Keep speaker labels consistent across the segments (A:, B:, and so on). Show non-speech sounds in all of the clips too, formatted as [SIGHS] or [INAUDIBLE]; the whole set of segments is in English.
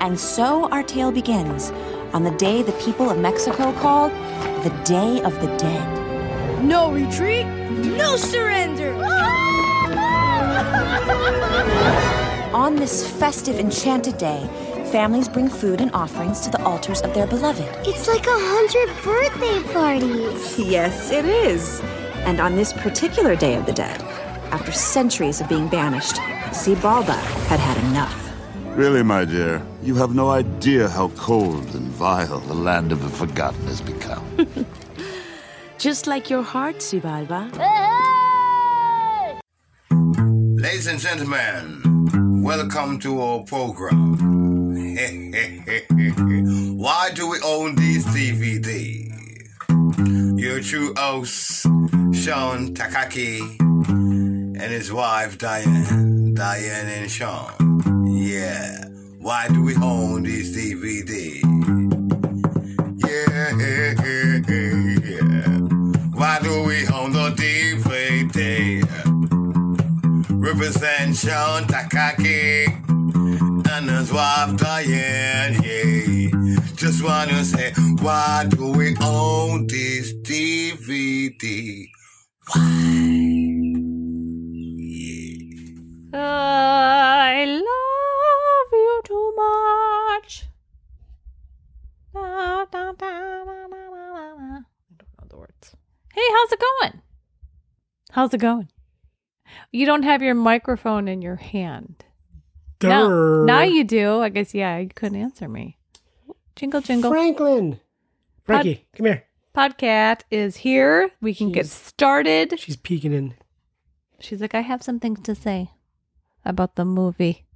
A: And so our tale begins on the day the people of Mexico call the Day of the Dead.
B: No retreat, no surrender.
A: On this festive, enchanted day, families bring food and offerings to the altars of their beloved.
C: It's like a hundred birthday parties.
A: Yes, it is. And on this particular Day of the Dead, after centuries of being banished, Xibalba had had enough.
D: Really, my dear, you have no idea how cold and vile the land of the forgotten has become.
E: Just like your heart, Sibalba.
F: Ladies and gentlemen, welcome to our program. [LAUGHS] Why do we own these DVDs? Your true host, Sean Takaki, and his wife, Diane. Diane and Sean. Yeah. Why do we own these DVDs? [LAUGHS] Yeah. Why do we own the DVD? Represent Sean Takaki and his wife Diane. Yeah. Just wanna say, why do we own this DVD?
E: I love you too much. Da, da, da, da, da, da, da, da. I don't know the words. Hey, how's it going? How's it going? You don't have your microphone in your hand. No,
G: Durr.
E: now you do. I guess, yeah, you couldn't answer me. Jingle, jingle.
G: Franklin. Frankie, come here.
E: Podcat is here. We can get started.
G: She's peeking in. [SIGHS]
E: She's like, I have something to say about the movie.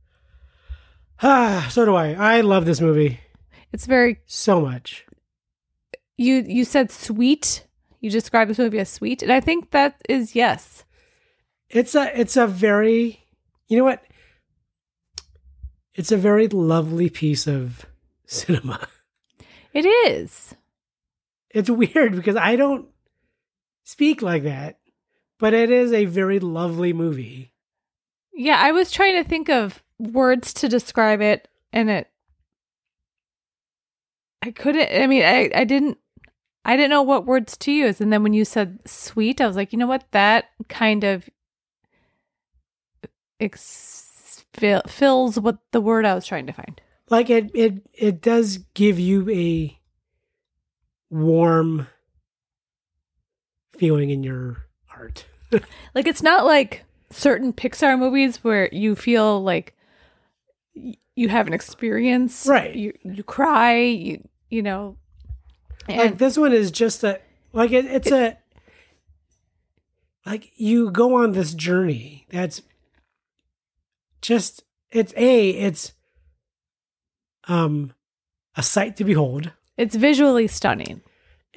G: Ah, so do I. I love this movie
E: It's very
G: so much.
E: you you said sweet. You described this movie as sweet, and I think that is yes.
G: It's a it's a very you know what? It's a very lovely piece of [LAUGHS] cinema.
E: It is.
G: It's weird because I don't speak like that, but it is a very lovely movie.
E: Yeah, I was trying to think of words to describe it and it I couldn't I mean I I didn't I didn't know what words to use and then when you said sweet I was like, you know what? That kind of ex- fill- fills what the word I was trying to find.
G: Like it it it does give you a warm feeling in your heart.
E: Like it's not like certain Pixar movies where you feel like y- you have an experience,
G: Right.
E: You you cry, you you know,
G: like
E: and
G: this one is just a like it, it's a like you go on this journey that's just it's a it's um a sight to behold
E: it's visually stunning.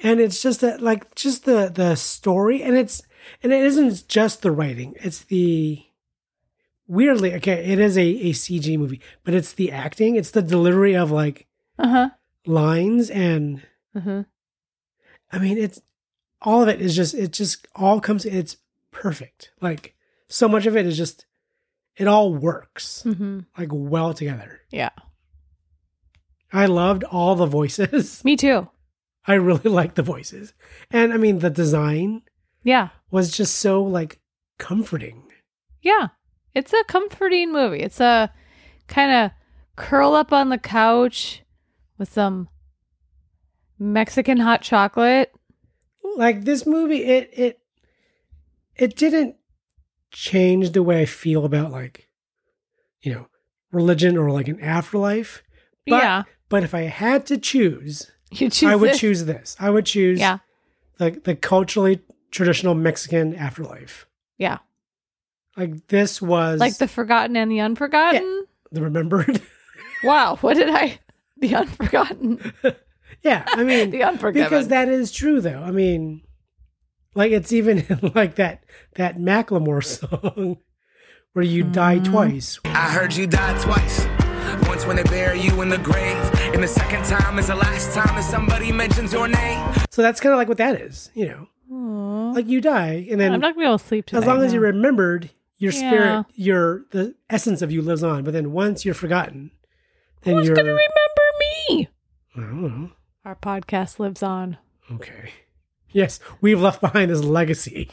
G: and it's just that like just the the story and it's and it isn't just the writing it's the weirdly okay it is a, a cg movie but it's the acting it's the delivery of like
E: Uh
G: Uh-huh.
E: huh.
G: lines and
E: Uh-huh.
G: I mean, it's all of it is just it just all comes it's perfect. Like so much of it is just it all works
E: Mm-hmm.
G: like well together.
E: Yeah.
G: I loved all the voices. [LAUGHS]
E: Me too.
G: I really liked the voices. And I mean the design
E: Yeah.
G: was just so like comforting.
E: Yeah. It's a comforting movie. It's a kind of curl up on the couch with some Mexican hot chocolate.
G: Like this movie it it it didn't change the way I feel about like you know religion or like an afterlife. But,
E: yeah. [LAUGHS]
G: But if I had to choose
E: You choose.
G: I would
E: this.
G: choose this. I would choose
E: Yeah.
G: the, the culturally traditional Mexican afterlife.
E: Yeah.
G: Like this was
E: Like the forgotten and the unforgotten.
G: the remembered. [LAUGHS]
E: Wow, what did I? [LAUGHS] The Unforgotten.
G: yeah, I
E: [LAUGHS]
G: mean
E: The Unforgiven.
G: because that is true though. I mean, like it's even [LAUGHS] in, like that that Macklemore [LAUGHS] song where you die
E: Mm-hmm.
G: twice.
H: I heard you die twice. Once when they bury you in the grave, and the second time is the last time that somebody mentions your name.
G: So that's kind of like what that is, you know. Like you die, and then
E: I'm not gonna be able to sleep tonight.
G: as long as
E: no.
G: you're remembered, your
E: Yeah.
G: spirit, your the essence of you lives on. But then once you're forgotten, then
E: Who's
G: you're
E: gonna remember me?
G: I don't know.
E: Our podcast lives on.
G: Okay. Yes, we've left behind this
E: [LAUGHS]
G: legacy.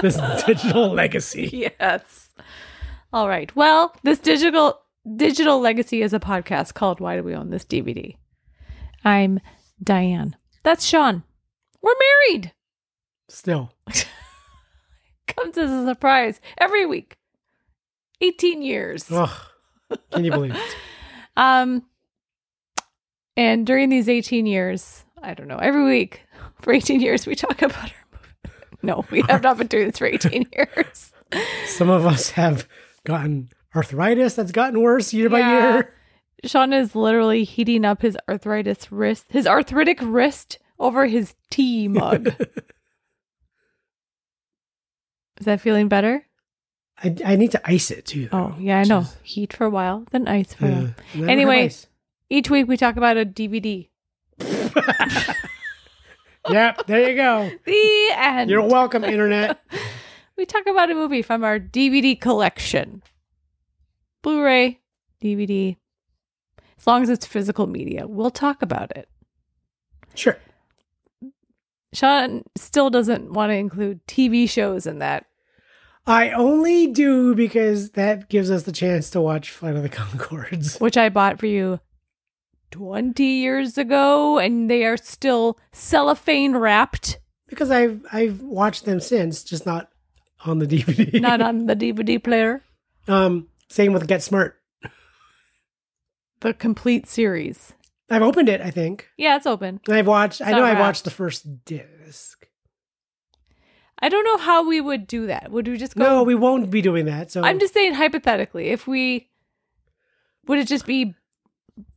G: this digital legacy.
E: Yes. All right. Well, this digital digital legacy is a podcast called Why Do We Own This DVD? I'm Diane. That's Sean. We're married.
G: Still.
E: Comes as a surprise every week. 18 years.
G: Ugh. Can you believe it?
E: Um, and during these 18 years, I don't know, every week [LAUGHS] for 18 years, we talk about our [LAUGHS] movie. No, we have not been doing this for 18 [LAUGHS] years.
G: Some of us have gotten arthritis that's gotten worse year by
E: Yeah.
G: year.
E: Sean is literally heating up his arthritis wrist, his arthritic wrist over his tea mug.
G: [LAUGHS]
E: is that feeling better?
G: I, I need to ice it too.
E: Oh,
G: though.
E: yeah, I know.
G: Just-
E: Heat for a while, then ice for a
G: yeah.
E: while.
G: Never have
E: Anyway,
G: ice.
E: each week we talk about a DVD.
G: Yep, there you go.
E: The end.
G: You're
E: [LAUGHS]
G: welcome, internet.
E: we talk about a movie from our DVD collection Blu ray, DVD. As long as it's physical media, we'll talk about it.
G: Sure.
E: Sean still doesn't want to include TV shows in that.
G: I only do because that gives us the chance to watch Flight of the [LAUGHS] Concords.
E: which I bought for you 20 years ago, and they are still cellophane wrapped,
G: Because I've I've watched them since, just not on the DVD.
E: not on the DVD player.
G: [LAUGHS] um same with Get Smart.
E: The complete series.
G: I've opened it, I think.
E: Yeah, it's open.
G: And I've watched I
E: not
G: know I
E: wrapped.
G: watched the first disc.
E: I don't know how we would do that. Would we just go?
G: No, we won't be doing that. So
E: I'm just saying hypothetically, if we would it just be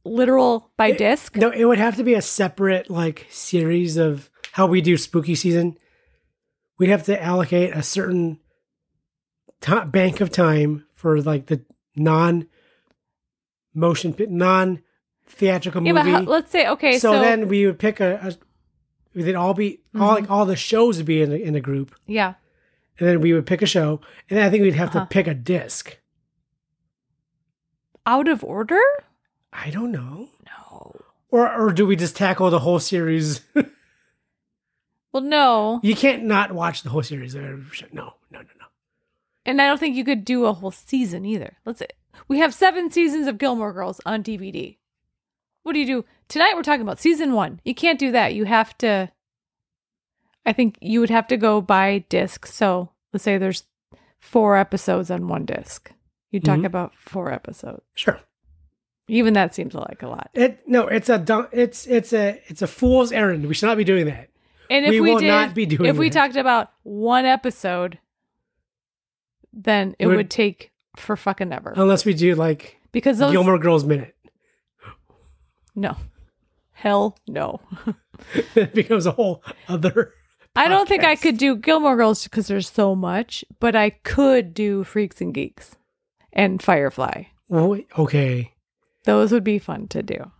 E: literal by disc?
G: No, it would have to be a separate like series of how we do spooky season. We'd have to allocate a certain ti- bank of time for like the non motion pit non theatrical
E: yeah,
G: movie.
E: but how, let's say okay. So,
G: so, then we would pick a, a they'd all be all
E: Mm-hmm.
G: like all the shows would be in a, in a group
E: yeah,
G: and then we would pick a show and then I think we'd have
E: Uh-huh.
G: to pick a disc.
E: out of order.
G: I don't know.
E: No.
G: Or or do we just tackle the whole series?
E: Well, no,
G: you can't not watch the whole series. No, no, no, no.
E: And I don't think you could do a whole season either. Let's we have seven seasons of Gilmore Girls on DVD. What do you do tonight? We're talking about season one. You can't do that. You have to. I think you would have to go by disc. So let's say there's four episodes on one disc. You talk
G: Mhm.
E: about four episodes.
G: Sure.
E: Even that seems like a lot.
G: It no, it's a dumb, it's it's a it's a fool's errand. We should not be doing that.
E: And if
G: We
E: we,
G: will
E: did,
G: not be doing
E: if we
G: that.
E: talked about one episode, then it
G: Would-
E: would, take for fucking ever
G: Unless we do like
E: because those
G: Oh, Gilmore Girls minute. [LAUGHS]
E: No. Hell no.
G: it becomes a whole other
E: I don't think I
G: Podcast.
E: could do Gilmore Girls because there's so much, but I could do Freaks and Geeks and Firefly.
G: Well, okay.
E: Those would be fun to do.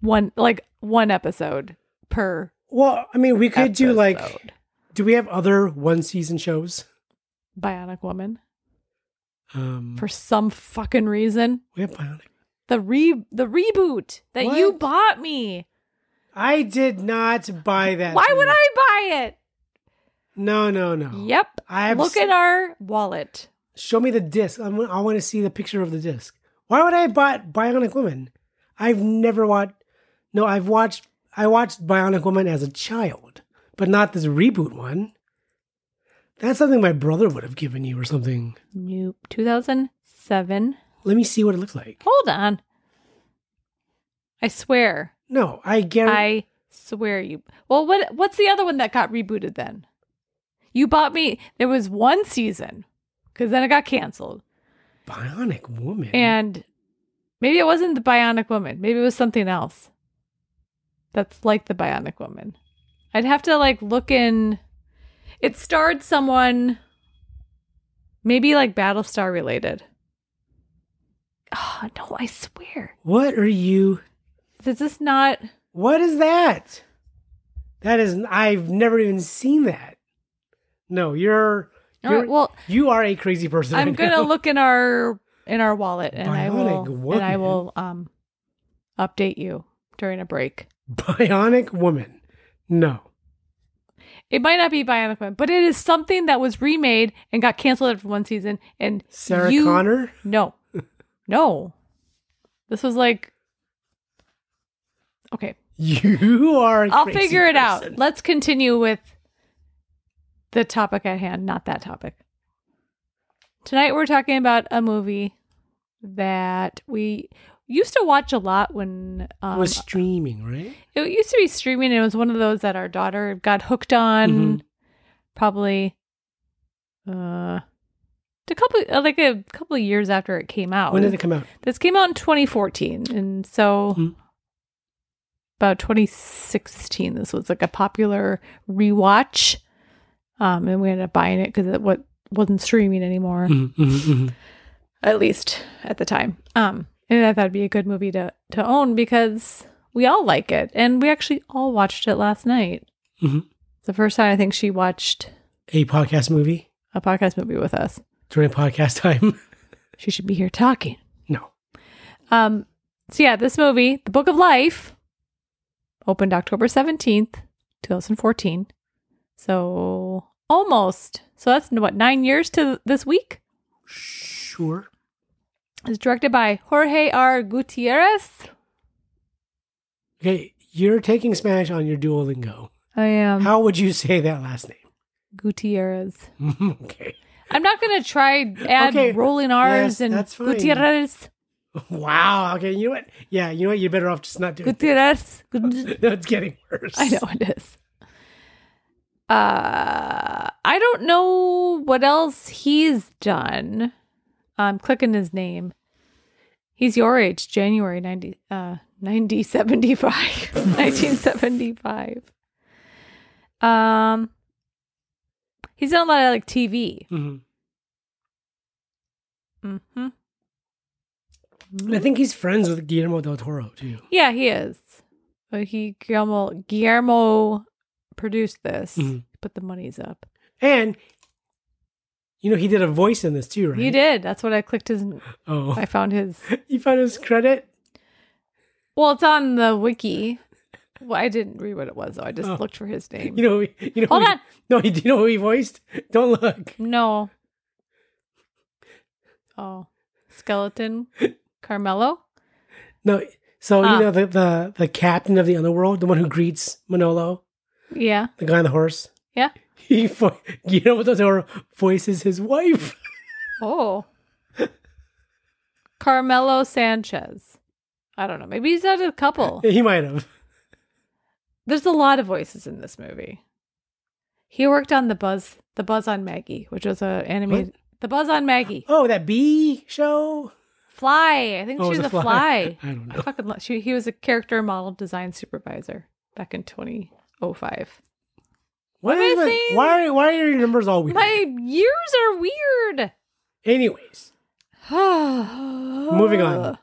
E: One like one episode per
G: Well, I mean we could do like
E: episode.
G: do we have other one season shows?
E: Bionic Woman
G: Um
E: for some fucking reason.
G: we have Bionic.
E: The re the reboot that you
G: What?
E: bought me.
G: I did not buy that.
E: Why would I buy it?
G: No, no, no.
E: Yep.
G: I have
E: Look
G: s-
E: at our wallet.
G: Show me the disc. I'm, I want to see the picture of the disc. Why would I have bought Bionic Woman? I've never watched. No, I've watched. I watched Bionic Woman as a child, but not this reboot one. That's something my brother would have given you or something.
E: Nope. 2007.
G: Let me see what it looks like.
E: Hold on. I swear.
G: No, I guarantee.
E: I swear you. Well, what what's the other one that got rebooted then? You bought me. There was one season cuz then it got canceled.
G: Bionic Woman.
E: And maybe it wasn't the Bionic Woman. Maybe it was something else. That's like the Bionic Woman. I'd have to like look in It starred someone maybe like Battlestar related. Oh, no, I swear.
G: what are you?
E: Does this not
G: What is that? That is. I've never even seen that. No, you're.
E: All right,
G: you're-
E: well-
G: you are [LAUGHS] a crazy person.
E: I'm
G: right
E: gonna
G: now.
E: look in our in our wallet and I
G: Bionic
E: will and I
G: woman.
E: will um update you during a break.
G: Bionic Woman. No.
E: It might not be Bionic Man, but it is something that was remade and got canceled after one season. And
G: Sarah
E: you-
G: Connor? [LAUGHS]
E: No, no. This was like, okay,
G: You are. i
E: I'll figure it out. Let's continue with the topic at hand, not that topic. Tonight we're talking about a movie that we used to watch a lot when um,
G: was streaming, right?
E: it used to be streaming. It was one of those that our daughter got hooked on,
G: Mhm.
E: probably uh, a couple uh, like a couple of years after it came out.
G: When did it come out?
E: This came out in 2014, and so
G: Mhm.
E: about 2016, this was like a popular rewatch, um, and we ended up buying it because it what wasn't streaming anymore at least at the time. Um, and I thought it'd be a good movie to to own because we all like it, and we actually all watched it last night.
G: Mhm.
E: It's the first time I think she watched
G: A podcast movie
E: a podcast movie with us.
G: during podcast [LAUGHS] time?
E: She should be here talking.
G: no.
E: Um, so yeah, this movie, The Book of Life, opened October seventeenth, two thousand fourteen. So almost. So that's what nine years to this week.
G: Sure.
E: It's directed by Jorge R. Gutierrez.
G: Okay, you're taking Spanish on your Duolingo.
E: I am
G: How would you say that last
E: Gutierrez.
G: name? [LAUGHS] okay.
E: I'm not gonna try add
G: Okay.
E: rolling R's
G: Yes,
E: and
G: that's fine.
E: Gutierrez,
G: Wow. Okay. You know what? Yeah. You know what? You're better off just not doing. it.
E: Gutierrez. Gut-
G: [LAUGHS] no, it's getting worse.
E: I know it is. Uh, I don't know what else he's done. I'm clicking his name. He's your age, January 90, uh, 90 75, [LAUGHS] 1975. Um, he's done a lot of like TV.
G: Mhm.
E: Mm-hmm.
G: And I think he's friends with Guillermo del Toro too.
E: Yeah, he is. But he Guillermo, Guillermo produced this.
G: Mhm.
E: Put the monies up.
G: And you know he did a voice in this too, right?
E: He did. That's what I clicked his.
G: Oh,
E: I found his.
G: [LAUGHS] you found his credit.
E: Well, it's on the wiki. Well, I didn't read what it was though. I just
G: Oh.
E: looked for his name.
G: You know. who he- You know.
E: Hold
G: who he-
E: on.
G: No, he- do you know who he voiced? Don't look.
E: No. Oh, skeleton, Carmelo.
G: No. So
E: Ah.
G: you know the, the the captain of the underworld, the one who greets Manolo,
E: Yeah,
G: the guy on the horse. [LAUGHS]
E: yeah.
G: He vo- Guillermo del Toro voices his wife. [LAUGHS]
E: Oh, Carmelo Sanchez. I don't know. Maybe he's had a couple.
G: he might have.
E: There's a lot of voices in this movie. He worked on the Buzz, the Buzz on Maggie, which was a animated. The Buzz on Maggie.
G: Oh, that bee show.
E: Fly. I think
G: Oh,
E: she
G: it
E: was
G: was
E: a fly.
G: a [LAUGHS] fly. I don't know.
E: fucking love. She, he was a character and model design supervisor back in 2005.
G: What
E: am
G: is
E: I
G: with-
E: saying?
G: why are why are your numbers all weird?
E: My years are weird. [SIGHS]
G: Anyways,
E: Moving
G: on.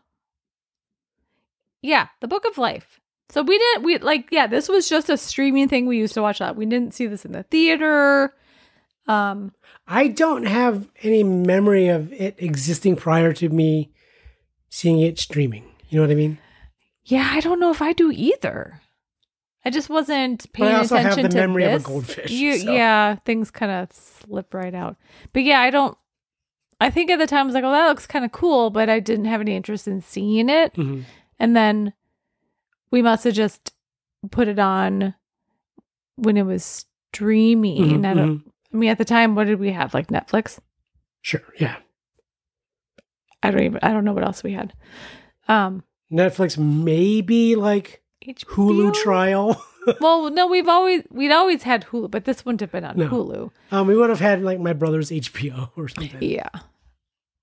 E: Yeah, the Book of Life. So we didn't we like yeah, this was just a streaming thing we used to watch a lot. We didn't see this in the theater. Um
G: I don't have any memory of it existing prior to me seeing it streaming. You know what I mean?
E: yeah, I don't know if I do either. I just wasn't paying
G: I also have
E: attention
G: the
E: to
G: memory of a
E: this.
G: goldfish,
E: You-
G: so.
E: Yeah, things kind of slip right out. But yeah, I don't. I think at the time I was like, "Oh, that looks kind of cool," but I didn't have any interest in seeing it.
G: Mhm.
E: And then we must have just put it on when it was streaming.
G: Mhm,
E: I, don't, I mean, at the time, what did we have? Like Netflix?
G: Sure. Yeah.
E: I don't even. I don't know what else we had. Um,
G: Netflix maybe like Hulu
E: HBO?
G: trial. [LAUGHS]
E: well, no, we've always we'd always had Hulu, but this wouldn't have been on
G: No.
E: Hulu.
G: um, we would have had like my brother's HBO [LAUGHS] or something.
E: Yeah.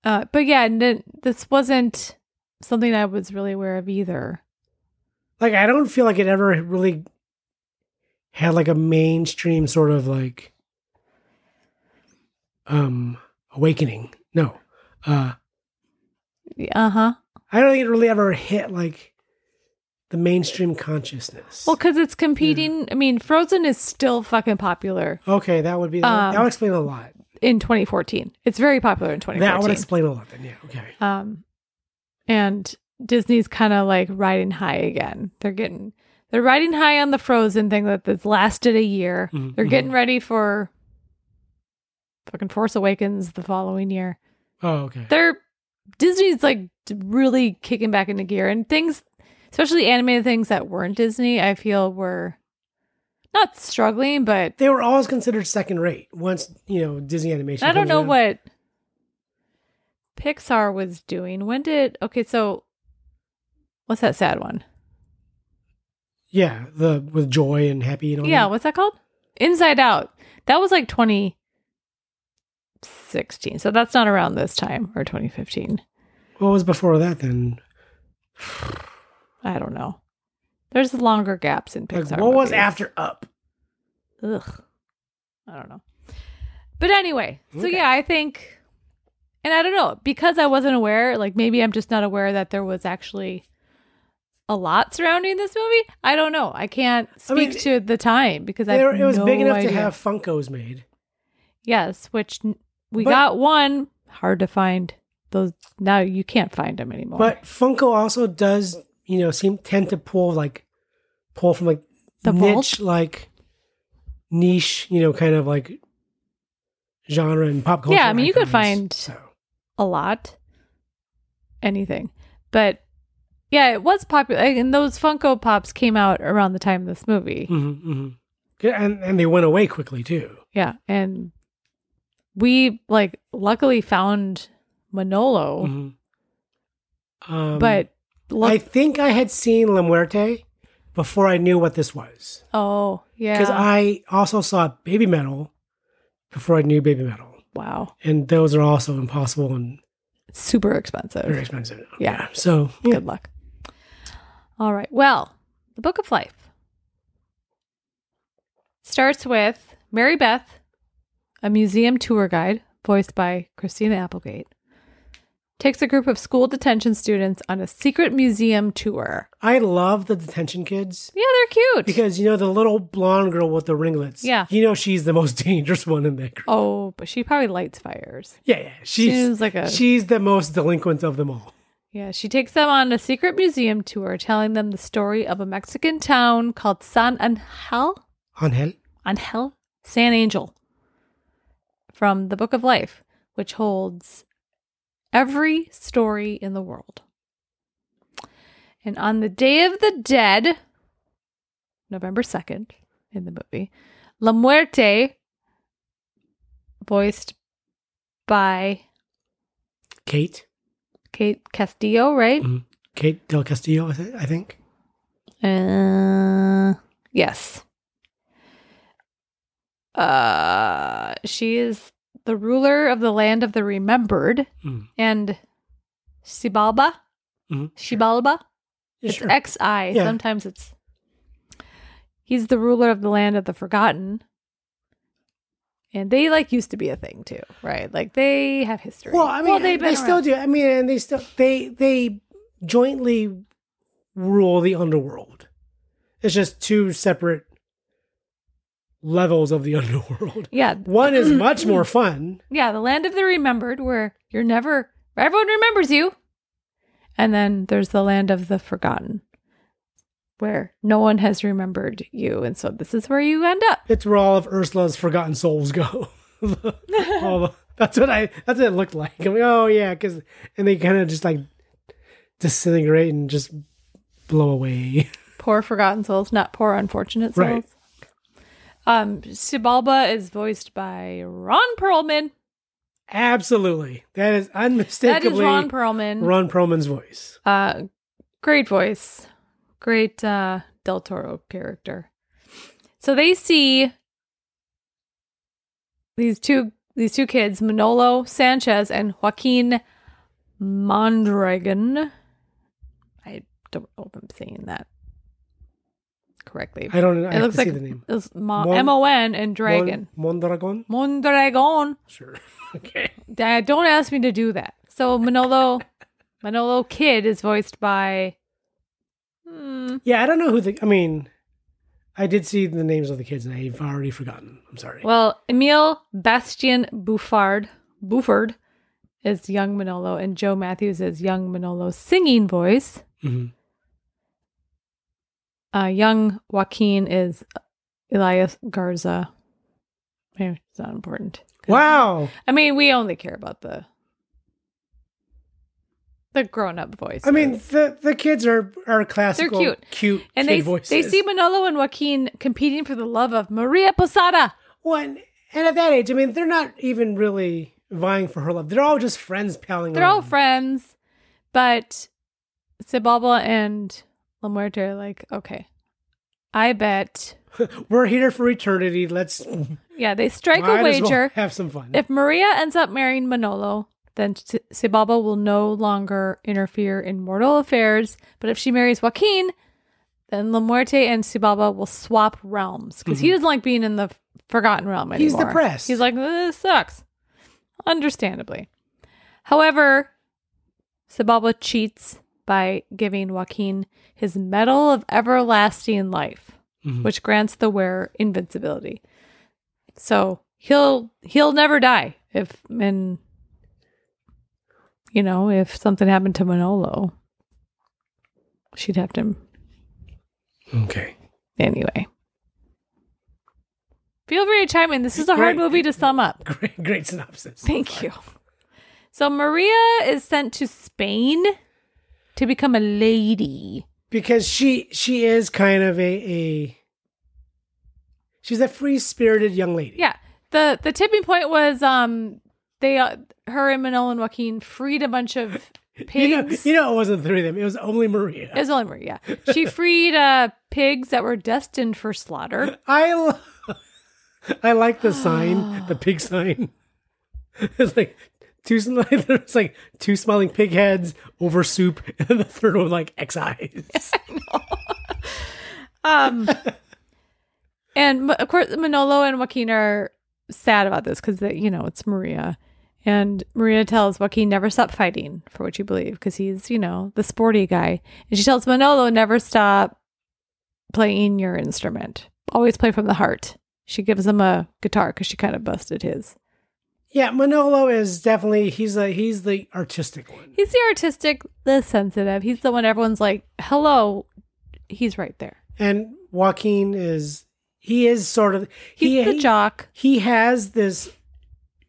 E: Uh, but yeah, and then this wasn't something I was really aware of either.
G: Like I don't feel like it ever really had like a mainstream sort of like um awakening. No. Uh
E: Uh huh.
G: I don't think it really ever hit like the mainstream consciousness.
E: Well, because it's competing. I mean, Frozen is still fucking popular
G: Okay, that would be
E: Um,
G: that would explain a lot.
E: in 2014. It's very popular in 2014.
G: That would explain a lot. Then yeah, okay.
E: Um, and Disney's kind of like riding high again. They're getting they're riding high on the Frozen thing that that's lasted a year.
G: Mhm.
E: They're getting ready for fucking Force Awakens the following year.
G: Oh, okay.
E: They're Disney's like d- really kicking back into gear and things especially animated things that weren't Disney, I feel were not struggling, but
G: They were always considered second rate once you know Disney animation.
E: I don't
G: comes
E: know
G: around.
E: what Pixar was doing. When did okay? So what's that sad one?
G: Yeah, the with joy and happy and all.
E: Yeah,
G: that.
E: what's that called? Inside Out. That was like 2016. So that's not around this time or 2015.
G: What was before that then?
E: I don't know. There's longer gaps in
G: Like,
E: Pixar.
G: what was
E: movies.
G: after Up?
E: Ugh. I don't know. But anyway, so yeah, I think and I don't know, because I wasn't aware, like maybe I'm just not aware that there was actually a lot surrounding this movie. I don't know. I can't speak
G: mean,
E: to the time because I
G: They were-
E: have
G: it was
E: no
G: big enough
E: idea.
G: to have Funkos made.
E: Yes, which n- we
G: But-
E: got one hard to find. Those now you can't find them anymore.
G: But Funko also does, you know, seem tend to pull like pull from like
E: The
G: niche, like niche, you know, kind of like genre and pop culture.
E: Yeah, I mean, you could
G: icons.
E: find-
G: So,
E: a lot anything but yeah it was popular and those funko pops came out around the time of this movie
G: mhm, mhm. Yeah, and and they went away quickly too.
E: yeah and we like luckily found manolo
G: Mhm. Um,
E: but look,
G: I think I had seen La Muerte before I knew what this was
E: oh yeah
G: because I also saw Baby Metal before I knew Baby Metal,
E: wow
G: and those are also impossible and
E: super expensive
G: very expensive. now.
E: Yeah.
G: so yeah.
E: good luck all right well the book of life starts with mary beth a museum tour guide voiced by christina applegate takes a group of school detention students on a secret museum tour
G: I love the detention kids
E: yeah they're cute
G: because you know the little blonde girl with the ringlets.
E: Yeah.
G: you know she's the most [LAUGHS] dangerous one in that group.
E: oh but she probably lights fires
G: Yeah, yeah, she's
E: She's like a-
G: she's the most delinquent of them all.
E: Yeah, she takes them on a secret museum tour, telling them the story of a Mexican town called San Angel,
G: Angel,
E: Angel, San Angel, from the Book of Life, which holds every story in the world. And on the Day of the Dead, November 2nd, in the movie, La Muerte, voiced by
G: Kate,
E: Kate Castillo, right?
G: Mhm. Kate Del Castillo, I thi- I think.
E: Uh, yes. Uh, she is the ruler of the land of the remembered
G: Mm.
E: and Sibalba.
G: Mhm.
E: Shibalba.
G: Yeah,
E: It's
G: sure.
E: XI.
G: Yeah.
E: Sometimes it's. He's the ruler of the land of the forgotten. And they like used to be a thing too, right? Like they have history.
G: Well, I mean,
E: they've
G: they
E: been
G: still
E: around.
G: do. I mean, and they still they they jointly rule the underworld. It's just two separate levels of the [LAUGHS] underworld.
E: Yeah.
G: One is much more fun.
E: Yeah, the land of the remembered, where you're never, where everyone remembers you. And then there's the land of the forgotten, where no one has remembered you. And so this is where you end up.
G: It's where all of Ursula's forgotten souls go. [LAUGHS] All the- that's what I. That's what it looked like. I'm like, oh yeah, because and they kind of just like disintegrate and just blow away. [LAUGHS]
E: Poor forgotten souls, not poor unfortunate souls.
G: Right.
E: Um, Sibalba is voiced by Ron Perlman.
G: Absolutely, that is
E: That is
G: unmistakably
E: Ron Perlman.
G: Ron Perlman's voice.
E: Uh, great voice, great uh, Del Toro character. So they see these two these two kids, Manolo Sanchez and Joaquin Mondragon. I don't know if I'm saying that correctly.
G: I don't. know. I
E: it
G: have
E: looks
G: to
E: like
G: see the name.
E: it's Mo-
G: Mon-
E: M O N and Dragon.
G: Mon- Mondragon.
E: Mondragon.
G: Sure. [LAUGHS] okay.
E: Dad, don't ask me to do that. So
G: [LAUGHS]
E: Manolo, Manolo Kid is voiced by. Hmm,
G: Yeah, I don't know who the. I mean, I did see the names of the kids, and I've already forgotten. I'm sorry.
E: well, Emil Bastien Bouffard, Bouffard, is young Manolo and Joe Matthews is young Manolo's singing voice.
G: Mhm.
E: Uh, young Joaquin is Elias Garza. Eh, It's not important.
G: Wow.
E: I mean, we only care about the the grown up voice.
G: I mean, the the kids are are classical,
E: cute.
G: cute,
E: and
G: kid
E: they
G: voices.
E: they see Manolo and Joaquin competing for the love of Maria Posada.
G: Well, and, and at that age, I mean, they're not even really vying for her love. They're all just friends palling.
E: They're all
G: around.
E: friends, but Sebaba and La Muerte are like, okay, I bet.
G: We're here for eternity. Let's
E: Yeah, they strike
G: might
E: a
G: as well
E: wager.
G: have some fun.
E: If Maria ends up marrying Manolo, then Se- Sebaba will no longer interfere in mortal affairs. But if she marries Joaquin, then La Muerte and Sebaba will swap realms because he doesn't like being in the Forgotten Realm anymore.
G: Mm-hmm. He's depressed.
E: He's like, this sucks. Understandably. However, Sebaba cheats by giving Joaquin his Medal of Everlasting Life,
G: Mm-hmm.
E: which grants the wearer invincibility. So he'll he'll never die if and you know if something happened to Manolo, she'd have to
G: okay. [LAUGHS]
E: anyway. Feel free to chime in. This is a hard
G: Great.
E: movie to sum up.
G: Great, great synopsis.
E: Thank you. So Maria is sent to Spain to become a lady.
G: because she she is kind of a a she's a free spirited young lady.
E: Yeah. The the tipping point was um they uh, her and Manolo and Joaquin freed a bunch of [LAUGHS] pigs.
G: You know, you know, it wasn't three of them. It was only Maria.
E: It was only Maria. She freed uh, pigs that were destined for slaughter.
G: I lo- [LAUGHS] I like the sign,
E: [SIGHS]
G: the pig sign. It's like two sm- [LAUGHS] it's like two smiling pig heads over soup, [LAUGHS] and then the third one like X eyes.
E: [LAUGHS] Um, and Ma- of course, Manolo and Joaquin are sad about this because you know it's Maria, and Maria tells Joaquin never stop fighting for what you believe because he's you know the sporty guy, and she tells Manolo never stop playing your instrument, always play from the heart. She gives him a guitar because she kind of busted his.
G: Yeah, Manolo is definitely he's a he's the artistic one.
E: He's the artistic, the sensitive. He's the one everyone's like, "Hello, he's right there."
G: And Joaquin is he is sort of
E: He's
G: he,
E: the jock.
G: He has this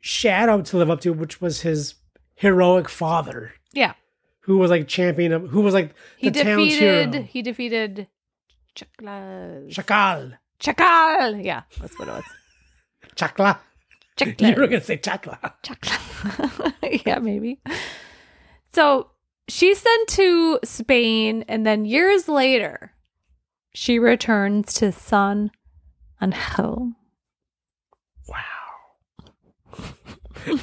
G: shadow to live up to, which was his heroic father,
E: Yeah,
G: who was like champion of who was like
E: he
G: the town's hero.
E: defeated. He defeated. Chaklas.
G: Chacal.
E: Chakal. Yeah, that's what it was.
G: Chakla. [LAUGHS] You were
E: Chakla.
G: gonna say chakla. [LAUGHS]
E: Chakla. [LAUGHS] yeah, maybe. So she's sent to Spain, and then years later, she returns to San Angel.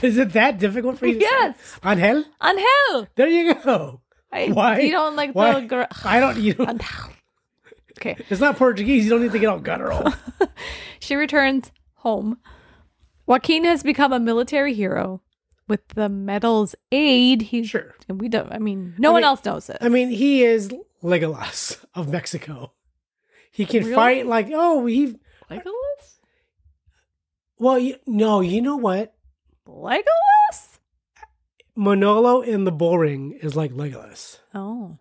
G: Is it that difficult for you? to say?
E: Yes.
G: Angel.
E: Angel.
G: There you go.
E: I,
G: Why?
E: [LAUGHS] You don't like
G: Why?
E: the girl.
G: I
E: [LAUGHS]
G: don't. You [LAUGHS] don't.
E: Angel. Okay.
G: It's not Portuguese. You don't need to get all guttural.
E: She returns home. Joaquin has become a military hero with the medal's aid. He
G: Sure.
E: And we don't. I mean, no one
G: mean-
E: else knows it.
G: I mean, he is Legolas of Mexico. He can
E: Really?
G: fight like oh he.
E: Legolas.
G: Well, you, no, you know what?
E: Legolas.
G: Manolo in the bull ring is like Legolas.
E: Oh,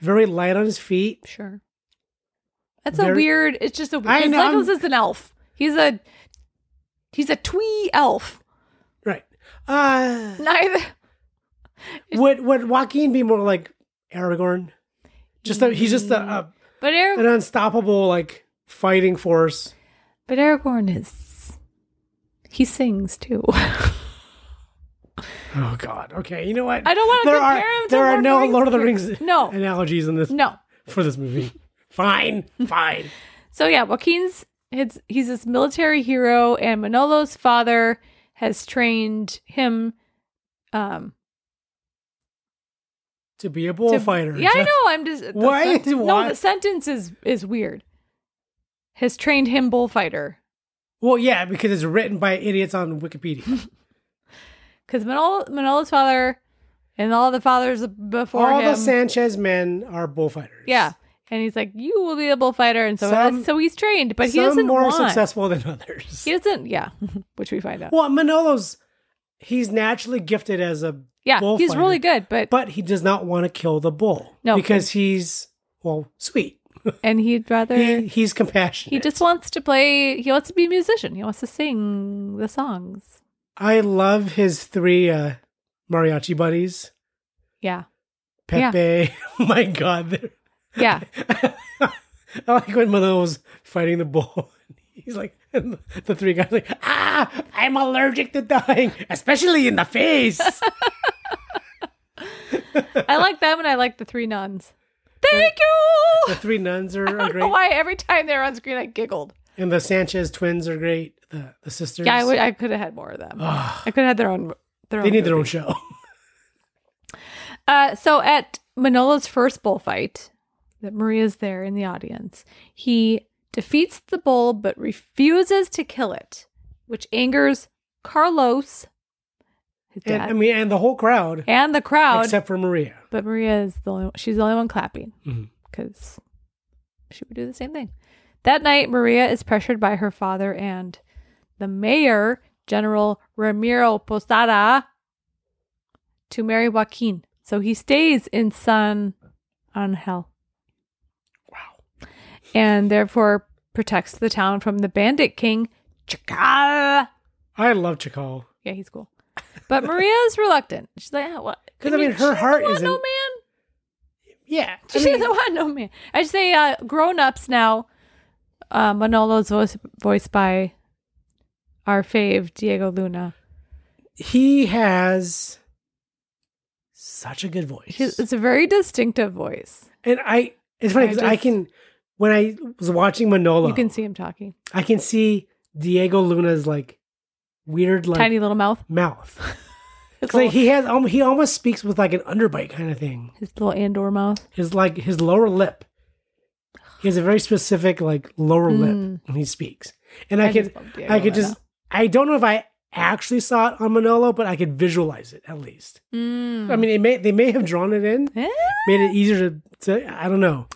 G: Very light on his feet.
E: sure. That's a
G: Very-
E: weird. It's just a
G: I
E: weird.
G: know,
E: Legolas
G: I'm-
E: is an elf. He's a he's a twee elf. [LAUGHS]
G: Right. Uh,
E: Neither.
G: would would Joaquin be more like Aragorn? Just a, he's just a, a
E: But
G: an
E: Arag-
G: unstoppable like fighting force.
E: but Aragorn is he sings too. [LAUGHS]
G: Oh God. Okay. You know what?
E: I don't wanna
G: There
E: compare
G: are
E: him to
G: there are
E: Lord
G: no
E: of the
G: Lord of the
E: Rings
G: Rings
E: No.
G: analogies in this
E: no.
G: for this movie.
E: [LAUGHS]
G: fine, fine.
E: So yeah, Joaquin's his, he's this military hero, and Manolo's father has trained him. Um,
G: To be a
E: to-
G: bullfighter.
E: Yeah, I
G: Just-
E: know. I'm just the
G: Why-
E: sen-
G: why-
E: No, the sentence is is weird. Has trained him bullfighter
G: Well, yeah, because it's written by idiots
E: [LAUGHS]
G: on Wikipedia.
E: because Manolo, Manolo's father and all the fathers before
G: All
E: him.
G: the Sanchez men are bullfighters.
E: yeah, and he's like, "You will be a bullfighter," and so
G: Some-
E: that's- so he's trained, but he
G: Some
E: doesn't
G: more
E: want.
G: successful than [LAUGHS] others.
E: [LAUGHS] He doesn't. Yeah, which we find out.
G: Well, Manolo's he's naturally gifted as a
E: Yeah, he's
G: bullfighter,
E: really good, but,
G: but he does not want to kill the bull.
E: No.
G: because he's well sweet.
E: and he'd rather
G: He,
E: he,
G: he's compassionate.
E: just wants to play. He wants to be a musician. He wants to sing the songs.
G: I love his three uh, mariachi buddies,
E: Yeah, Yeah.
G: Pepe. [LAUGHS] Oh my God, they're- [LAUGHS]
E: yeah.
G: I like when Manolo was fighting the bull. [LAUGHS] He's like, and the three guys like, ah, I'm allergic to dying, especially in
E: [LAUGHS]
G: the face.
E: I like them, and I like the three nuns. Thank you.
G: [LAUGHS] the three nuns are,
E: I
G: are
E: don't know
G: great,
E: why every time they were on screen, I giggled.
G: and the Sanchez twins are great. The the sisters.
E: Yeah, I would. I could have had more of
G: [SIGHS]
E: them. I could have had their own. Their
G: they
E: own
G: need their own
E: movie.
G: show. [LAUGHS]
E: Uh, so at Manolo's first bullfight, that Maria's there in the audience, he defeats the bull but refuses to kill it, which angers Carlos, his
G: And,
E: dad,
G: I mean, and the whole crowd,
E: and the crowd.
G: except for Maria.
E: but Maria is the only, she's the only one clapping
G: Mhm.
E: because she would do the same thing. That night, Maria is pressured by her father and the mayor, General Ramiro Posada, to marry Joaquin. So he stays in San Angel. Wow. And therefore protects the town from the bandit king, Chacal.
G: I love Chacal.
E: Yeah, he's cool.
G: [LAUGHS]
E: But Maria is reluctant. She's like, ah, what?
G: 'Cause, I mean, her
E: she
G: heart
E: doesn't want no
G: isn't-
E: man.
G: Yeah,
E: [LAUGHS]
G: I
E: She
G: mean,
E: doesn't want no man. I should say, uh, grown ups now. Uh, Manolo's voice, voiced by our fave Diego Luna.
G: he has such a good voice.
E: He's, it's a very distinctive voice.
G: and I, it's funny
E: I
G: because I,
E: just-
G: can, when I was watching Manolo,
E: You can see him talking.
G: I can see Diego Luna's like weird, like
E: Tiny Oh. little mouth. [LAUGHS]
G: mouth.
E: His,
G: It's like
E: little,
G: he has, um, he almost speaks with like an underbite kind of thing.
E: his little Andor mouth.
G: His like his lower lip. He has a
E: [SIGHS]
G: very specific like lower
E: Mm.
G: lip when he speaks, and I,
E: I
G: could,
E: just love Diego
G: I could
E: Luna.
G: just, I don't know if I actually saw it on Manolo, but I could visualize it at least. I
E: Mm.
G: mean, it may they may have drawn it in,
E: Eh?
G: made it easier to, to I don't know,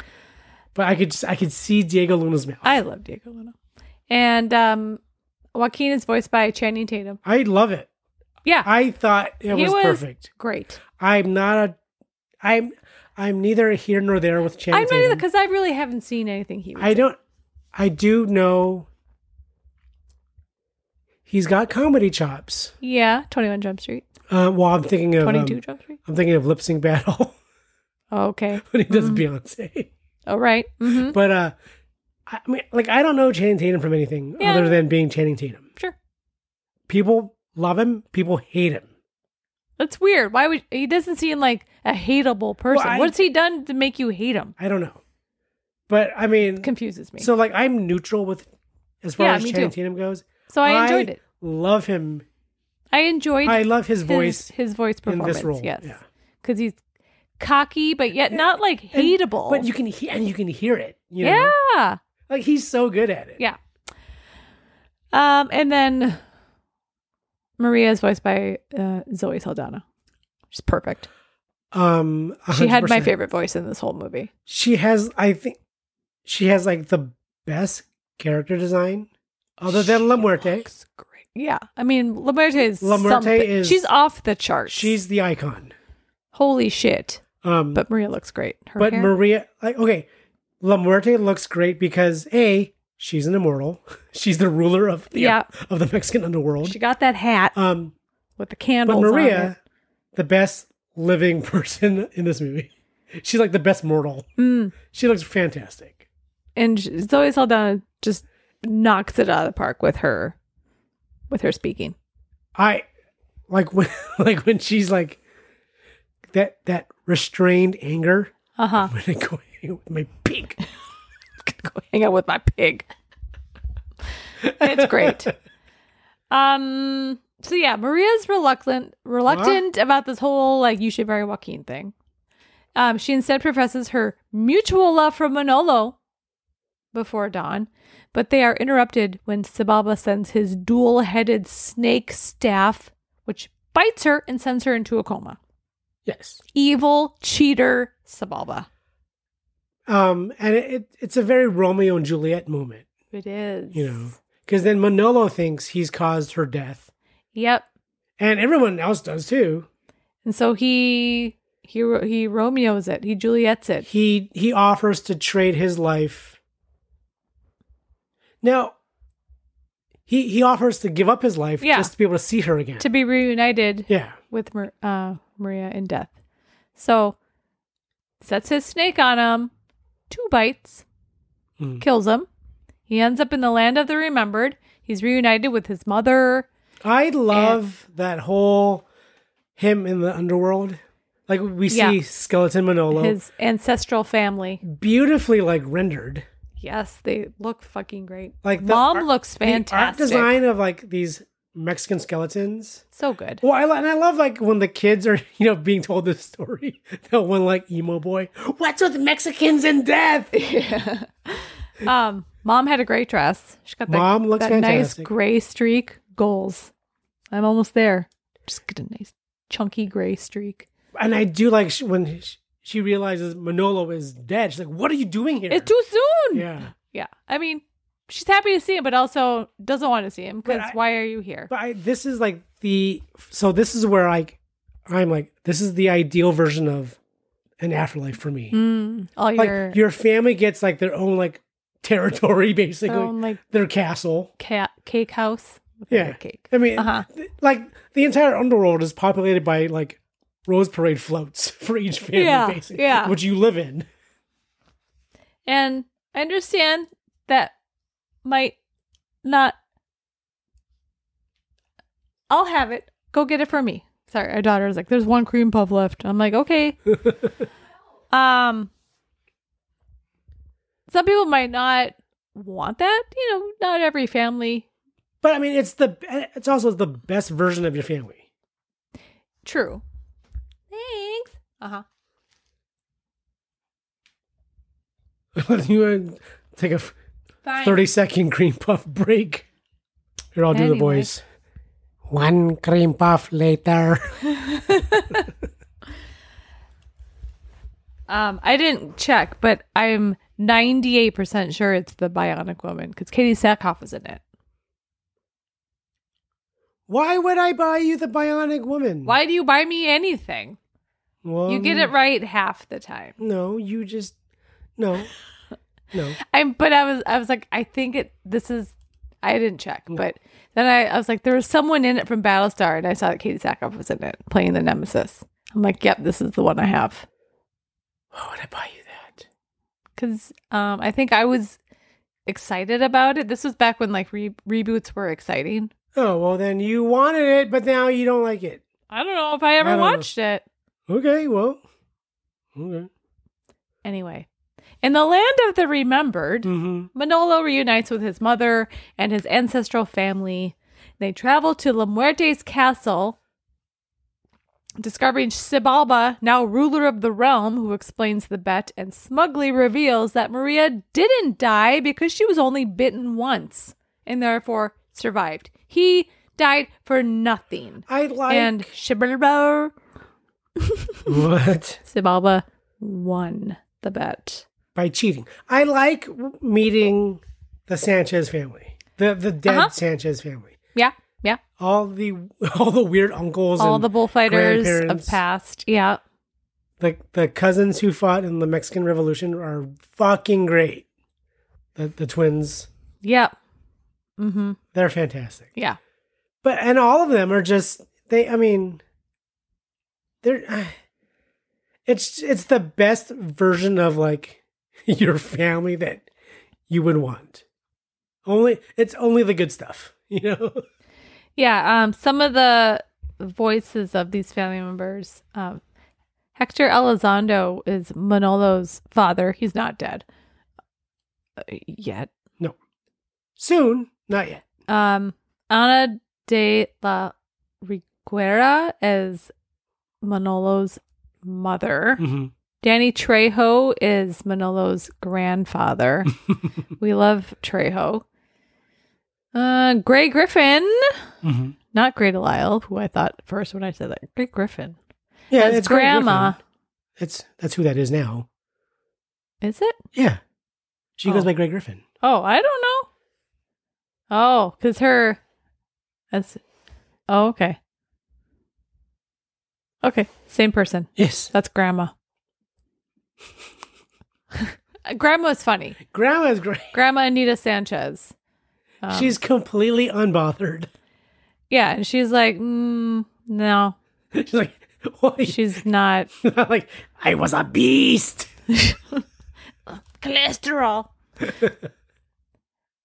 G: but I could just, I could see Diego Luna's mouth.
E: I love Diego Luna. And um, Joaquin is voiced by Channing Tatum.
G: I love it.
E: Yeah,
G: I thought it
E: He
G: was,
E: was-
G: perfect.
E: great.
G: I'm not a. I'm I'm neither here nor there with Channing
E: I'm not either
G: Tatum.
E: because I really haven't seen anything he. Was
G: I don't. I do know. He's got comedy chops.
E: Yeah, Twenty One Jump Street,
G: Uh, well, I'm thinking of. um,
E: Twenty Two Jump Street. Oh,
G: I'm thinking of lip sync battle [LAUGHS]
E: Okay,
G: when he does
E: Mm-hmm.
G: Beyonce.
E: all right. Mm-hmm.
G: But uh, I mean, like I don't know Channing Tatum from anything
E: Yeah.
G: other than being Channing Tatum.
E: Sure.
G: People love him. People hate him.
E: That's weird. Why would he doesn't seem like a hateable person?
G: I-
E: What's he done to make you hate him?
G: I don't know. But I mean,
E: Confuses me.
G: so
E: So,
G: like I'm neutral with as far
E: Yeah,
G: as
E: me
G: Channing
E: too.
G: Tatum goes.
E: I enjoyed it.
G: Love him.
E: I enjoyed.
G: I love his
E: his
G: voice
E: his voice
G: in
E: performance.
G: this role.
E: Yes,
G: Yeah.
E: because he's cocky, but yet not like
G: And-
E: hateable.
G: But you can he- and you can hear it. You know?
E: yeah,
G: Like he's so good at it.
E: yeah. Um, and then Maria is voiced by uh, Zoe Saldana. She's perfect.
G: Um
E: She had my
G: 100%.
E: favorite voice in this whole movie.
G: She has I think she has like the best character design other than La Muerte.
E: Looks great. Yeah, I mean, La Muerte is
G: La Muerte
E: something.
G: is-
E: she's off the charts.
G: She's the icon.
E: holy shit.
G: Um but,
E: But Maria looks great. Her hair.
G: Maria like okay, La Muerte looks great because A, she's an immortal. [LAUGHS] she's the ruler of the
E: Yeah.
G: of the Mexican underworld.
E: she got that hat
G: um
E: with the
G: but
E: candles. on it.
G: Maria, the best living [LAUGHS] person in this movie. She's like the best mortal.
E: Mm.
G: She looks fantastic.
E: and she- Zoe Saldana just knocks it out of the park with her, with her speaking.
G: I like when [LAUGHS] like when she's like that that restrained anger.
E: Uh huh.
G: [LAUGHS] I'm gonna go hang with my pig.
E: [LAUGHS] Go hang out with my pig. it's [LAUGHS] great. Um. So yeah, Maria's reluctant reluctant about this whole like you should marry Joaquin thing. Um, she instead professes her mutual love for Manolo before dawn, but they are interrupted when Sababa sends his dual headed snake staff, which bites her and sends her into a coma.
G: Yes.
E: Evil cheater Sababa.
G: Um, and it, it it's a very Romeo and Juliet moment,
E: It is.
G: you know, because then Manolo thinks he's caused her death,
E: Yep.
G: and everyone else does too.
E: And so he he ro- he Romeo's it. He Juliet's it.
G: He he offers to trade his life. Now, he he offers to give up his life
E: Yeah.
G: just to be able to see her again.
E: To be reunited
G: yeah,
E: with Mar- uh, Maria in death. So sets his snake on him, two bites,
G: Mm.
E: kills him. He ends up in the land of the remembered. He's reunited with his mother.
G: I love that whole him in the underworld. Like we see
E: Yeah.
G: skeleton Manolo
E: his ancestral family.
G: beautifully like rendered.
E: Yes, they look fucking great.
G: Like the
E: mom
G: art-
E: looks
G: The art
E: fantastic.
G: design of like these Mexican skeletons.
E: so good.
G: Well, I, lo- and I love like when the kids are [LAUGHS] you know being told this story. [LAUGHS] that one like emo boy, what's with Mexicans and death?
E: Um, mom had a great dress. She got that,
G: Mom looks
E: that nice
G: fantastic.
E: gray streak. Goals. I'm almost there. Just get a nice chunky gray streak.
G: and I do like sh- when sh- she realizes Manolo is dead. She's like, "What are you doing here?"
E: It's too soon.
G: yeah.
E: Yeah. I mean, she's happy to see him, but also doesn't want to see him because
G: But I-
E: why are you here?
G: But I, this is like the so this is where like I'm like this is the ideal version of an afterlife for me.
E: Mm, all
G: Like
E: your,
G: your family gets like their own like territory, [LAUGHS]
E: their
G: basically
E: own like
G: their castle.
E: cat, cake house. with
G: Yeah.
E: their Cake.
G: I mean,
E: Uh-huh.
G: th- like the entire underworld is populated by like rose parade floats [LAUGHS] for each family,
E: Yeah,
G: basically,
E: yeah.
G: which you live in.
E: And I understand that might not. I'll have it. Go get it for me. Sorry, our daughter was like, "There's one cream puff left." I'm like, "Okay." um, some people might not want that. You know, not every family.
G: But I mean, it's the it's also the best version of your family. [LAUGHS]
E: True. Thanks. Uh huh.
G: you wanna take a f-
E: Fine.
G: thirty second cream puff break. Here, I'll do the
E: Anyway.
G: voice. One cream puff later.
E: Um, I didn't check, but I'm 98% sure it's the Bionic Woman because Katie Sackhoff was in it.
G: Why would I buy you the Bionic Woman?
E: Why do you buy me anything?
G: Well,
E: You get it right half the time.
G: No, you just no, no.
E: I but I was I was like I think it this is I didn't check, but then I, I was like there was someone in it from Battlestar and I saw that Katie Sackhoff was in it playing the Nemesis. I'm like, yep, this is the one I have
G: Why would I buy you that?
E: because um, I think I was excited about it. This was back when like re- reboots were exciting.
G: Oh well, then you wanted it, but now you don't like it.
E: I don't know if I
G: I
E: ever
G: don't know.
E: watched it.
G: Okay, well, okay.
E: Anyway, in the land of the remembered,
G: Mm-hmm.
E: Manolo reunites with his mother and his ancestral family. They travel to La Muerte's castle, discovering Sibalba, now ruler of the realm, who explains the bet and smugly reveals that Maria didn't die because she was only bitten once and therefore survived. He died for nothing.
G: I like
E: and Shibalba
G: [LAUGHS] what
E: Sibalba won the bet.
G: by cheating. I like meeting the Sanchez family, the the dead
E: Uh-huh.
G: Sanchez family.
E: Yeah, yeah.
G: All the [LAUGHS] all the weird uncles,
E: All
G: and
E: the bullfighters of
G: grandparents.
E: past. Yeah.
G: the the cousins who fought in the Mexican Revolution are fucking great. The the twins,
E: Yeah. Mm-hmm.
G: they're fantastic.
E: Yeah.
G: But and all of them are just they. I mean, they're. [SIGHS] It's it's the best version of like [LAUGHS] your family that you would want. Only it's only the good stuff, [LAUGHS] you know.
E: Yeah. Um, some of the voices of these family members. Um, Hector Elizondo is Manolo's father. He's not dead uh, yet.
G: Soon, not yet.
E: Um, Ana de la Riguera is Manolo's mother. Danny Trejo is Manolo's grandfather. we love Trejo. Uh, Gray Griffin, not Gray Delisle, who I thought first when I said that. Gray Griffin.
G: Yeah,
E: As
G: it's Grey
E: grandma.
G: Griffin. That's that's who that is now.
E: Is it?
G: Yeah, she goes
E: Oh.
G: by Grey Griffin.
E: Oh, I don't know. Oh, because her. That's. Oh, okay. Okay, same person.
G: Yes.
E: That's grandma. grandma is funny.
G: Grandma's great.
E: Grandma Anita Sanchez. Um,
G: She's completely unbothered. [LAUGHS]
E: yeah, and she's like, mm, no,
G: She's like, well, [LAUGHS]
E: she's not
G: like, I was a beast.
E: cholesterol.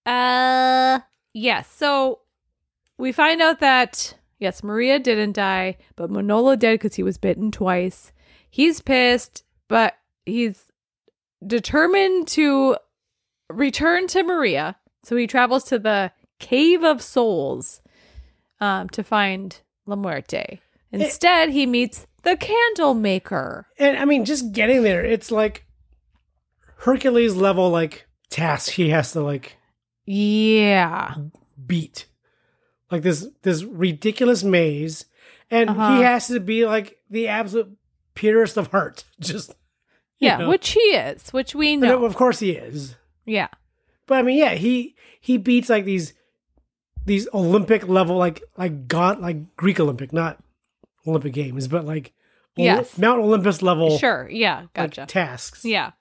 E: uh, yeah. So we find out that yes, Maria didn't die, but Manolo did because he was bitten twice. He's pissed, but he's determined to return to Maria. So he travels to the Cave of Souls um, to find La Muerte. Instead, he meets the candle maker.
G: And I mean, just getting there, it's like Hercules level like task he has to like
E: Yeah.
G: beat. Like this this ridiculous maze. And
E: Uh-huh.
G: he has to be like the absolute purest of heart. [LAUGHS] Just you
E: Yeah,
G: know.
E: which he is, which we
G: And
E: know.
G: of course he is.
E: Yeah.
G: But I mean, yeah, he he beats like these these Olympic level like like gaunt like Greek Olympic, not Olympic games, but like Oli-
E: Yes.
G: Mount Olympus level
E: Sure. Yeah.
G: like,
E: Gotcha.
G: tasks.
E: yeah.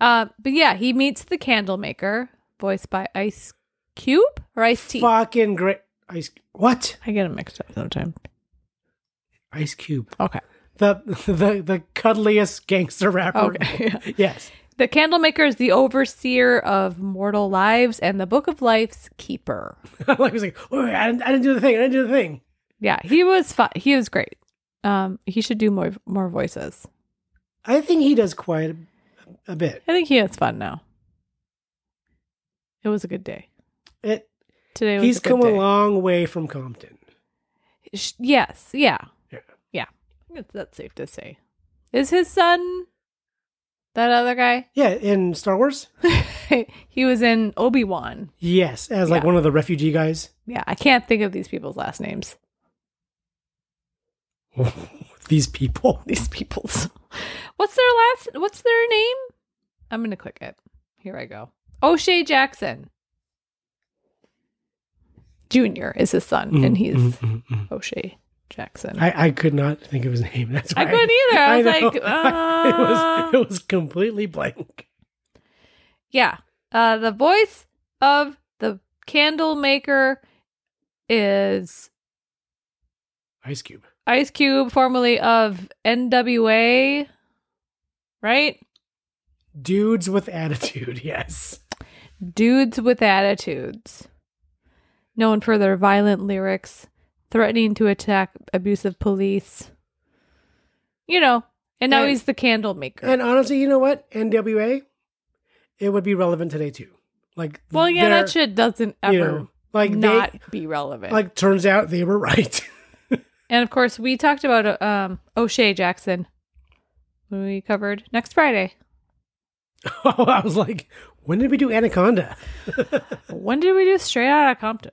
E: Uh, but yeah, he meets the candle maker, voiced by Ice Cube or Ice T. I
G: Fucking great ice what?
E: get them mixed up sometimes.
G: Ice Cube.
E: Okay.
G: The [LAUGHS] the the cuddliest gangster rapper.
E: Okay.
G: [LAUGHS] Yes.
E: [LAUGHS] the candle maker is the overseer of mortal lives and the book of life's keeper.
G: like he was like, wait, wait, I didn't, I didn't do the thing. I didn't do the thing.
E: Yeah, he was fun. He was great. Um, he should do more more voices.
G: I think he does quite a, a bit.
E: I think he has fun now. It was a good day.
G: It,
E: Today was
G: he's
E: a good
G: come
E: day.
G: a long way from Compton.
E: Sh- Yes. Yeah.
G: Yeah.
E: Yeah. I think that's safe to say. Is his son that other guy? [LAUGHS]
G: Yeah, in Star Wars.
E: he was in Obi Wan.
G: Yes, as like
E: Yeah.
G: one of the refugee guys.
E: Yeah, I can't think of these people's last names. [LAUGHS]
G: These people.
E: These people's. What's their last? What's their name? I'm gonna click it. Here I go. O'Shea Jackson. Junior is his son, [LAUGHS]
G: Mm-hmm.
E: and he's O'Shea Jackson.
G: I, I could not think of his name. That's
E: I
G: why
E: couldn't either.
G: [LAUGHS]
E: I was
G: know.
E: like, uh.
G: it was it was completely blank.
E: Yeah. Uh, the voice of the candle maker is
G: Ice Cube.
E: Ice Cube, formerly of NWA, right?
G: Dudes with attitude. [LAUGHS] Yes.
E: Dudes with attitudes. Known for their violent lyrics, threatening to attack abusive police. You know, and now
G: And-
E: he's the candle maker.
G: And honestly, you know what? NWA, it would be relevant today too. Like,
E: well, yeah,
G: they're-
E: that shit doesn't ever
G: like
E: not
G: they,
E: be relevant.
G: like turns out they were right. [LAUGHS]
E: And of course, we talked about uh, um, O'Shea Jackson when we covered next Friday.
G: oh, I was like, when did we do Anaconda?
E: When did we do Straight Outta Compton?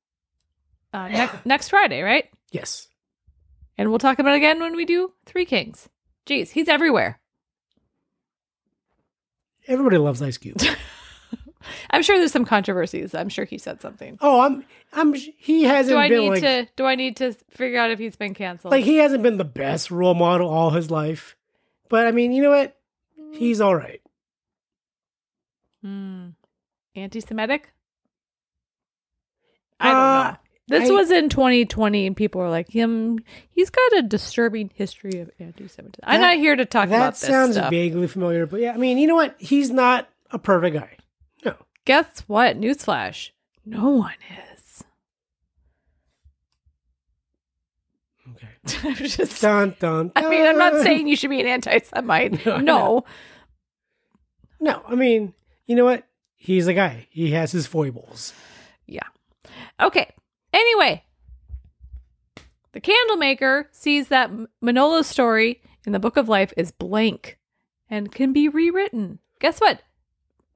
G: [SIGHS]
E: Uh, ne- next Friday, right?
G: Yes.
E: And we'll talk about it again when we do Three Kings. Jeez, he's everywhere.
G: Everybody loves Ice
E: [LAUGHS]
G: Cube.
E: I'm sure there's some controversies. I'm sure he said something.
G: oh, I'm I'm he hasn't
E: Do I
G: been
E: need
G: like
E: to? Do I need to figure out if he's been canceled?
G: like he hasn't been the best role model all his life. But I mean, you know what? He's all right.
E: Hmm. anti-Semitic? I don't
G: Uh,
E: know. This
G: I-
E: was in 2020, and people were like, "Him, he's got a disturbing history of anti-Semitism." I'm
G: That-
E: not here to talk
G: that
E: about this
G: sounds
E: stuff.
G: vaguely familiar, but yeah, I mean, you know what? He's not a perfect guy. No.
E: Guess what? Newsflash: No one is.
G: Okay.
E: [LAUGHS] I'm just.
G: Dun, dun,
E: [LAUGHS] I mean, I'm not
G: [LAUGHS] dun.
E: saying you should be an anti-Semite.
G: No, I
E: no,
G: know. No, I mean, you know what? He's a guy. He has his foibles.
E: Yeah. Okay. Anyway, the candlemaker sees that M- Manolo's story in the Book of Life is blank and can be rewritten. Guess what?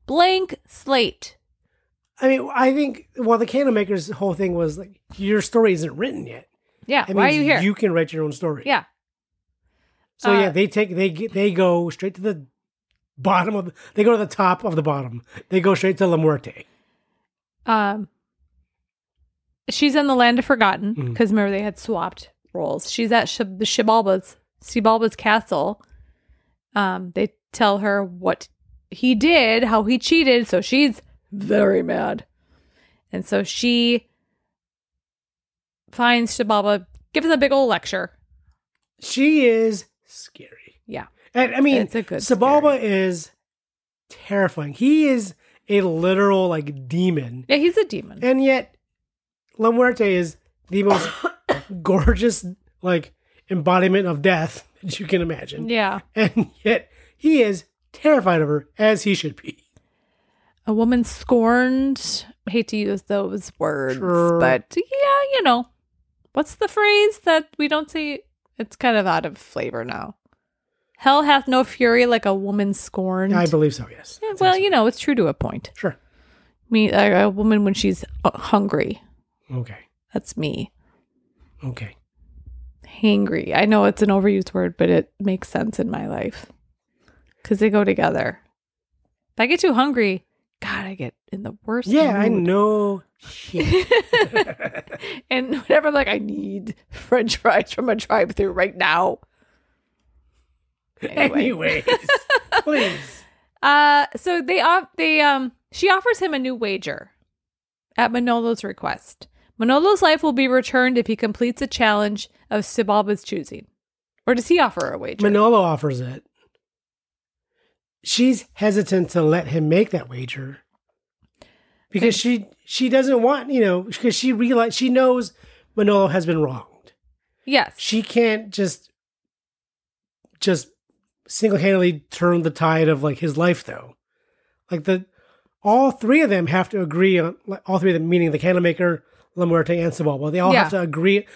E: Blank slate.
G: I mean, I think well, the candlemaker's whole thing was like your story isn't written yet.
E: Yeah.
G: It
E: Why are
G: means
E: you here?
G: You can write your own story.
E: yeah.
G: So
E: Uh,
G: yeah, they take they get, they go straight to the bottom of the, they go to the top of the bottom. They go straight to La Muerte.
E: Um. She's in the land of forgotten because remember they had swapped roles. She's at Shib- Shibalba's Shibalba's castle. Um, they tell her what he did, how he cheated, so she's very mad, and so she finds Shibalba, gives him a big old lecture.
G: She is scary.
E: Yeah,
G: And I mean,
E: It's a good
G: Sabalba is terrifying. He is a literal like demon,
E: yeah, he's a demon.
G: and yet La Muerte is the
E: [COUGHS]
G: most gorgeous like embodiment of death [LAUGHS] that you can imagine.
E: yeah,
G: And yet he is terrified of her, as he should be.
E: a woman scorned. I hate to use those words,
G: Sure.
E: but yeah, you know, what's the phrase that we don't see? It's kind of out of flavor now. Hell hath no fury like a woman scorned.
G: I believe so. Yes.
E: Yeah, well, you know, it's true to a point.
G: Sure.
E: Me, a, a woman when she's uh, hungry.
G: Okay.
E: That's me.
G: Okay.
E: Hangry. I know it's an overused word, but it makes sense in my life because they go together. If I get too hungry, God, I get in the worst.
G: Yeah, I
E: mood.
G: know. Shit.
E: And [LAUGHS] whenever I'm like, I need [LAUGHS] French fries from a drive through right now. Anyway.
G: Anyways,
E: [LAUGHS]
G: please.
E: Uh so they off they um she offers him a new wager at Manolo's request. Manolo's life will be returned if he completes a challenge of Sibalba's choosing. Or does he offer her a wager?
G: Manolo offers it. She's hesitant to let him make that wager because she she doesn't want you know because she realize she knows Manolo has been wronged.
E: yes.
G: She can't just just single handedly turn the tide of like his life though. Like the all three of them have to agree on like, all three of them meaning the candlemaker, La Muerte, and Sebald. They all
E: Yeah.
G: have to agree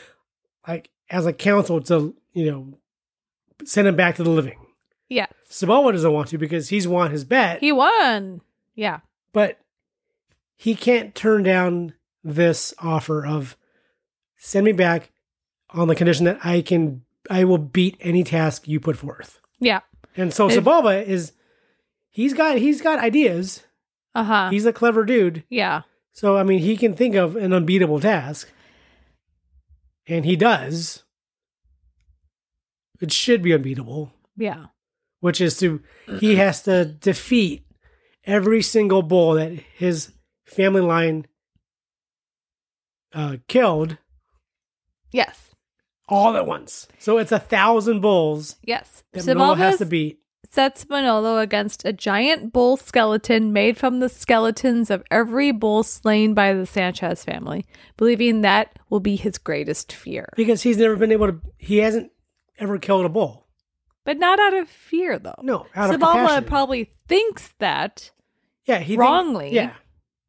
G: like as a council to you know send him back to the living.
E: Yeah.
G: Saboa doesn't want to because he's won his bet,
E: He won. Yeah.
G: but he can't turn down this offer of send me back on the condition that I can I will beat any task you put forth.
E: Yeah.
G: And so Saboba is he's got he's got ideas.
E: Uh-huh.
G: He's a clever dude.
E: yeah.
G: So I mean he can think of an unbeatable task. And he does. It should be unbeatable.
E: Yeah.
G: which is to he has to defeat every single bull that his family line uh, killed
E: Yes.
G: all at once. So it's a thousand bulls
E: Yes.
G: that Manolo has
E: Sibalba's-
G: to beat.
E: sets Manolo against a giant bull skeleton made from the skeletons of every bull slain by the Sanchez family, believing that will be his greatest fear.
G: because he's never been able to. He hasn't ever killed a bull.
E: But not out of fear, though.
G: No, out of
E: Sebala
G: compassion.
E: probably thinks that.
G: Yeah, he think-
E: Wrongly.
G: yeah,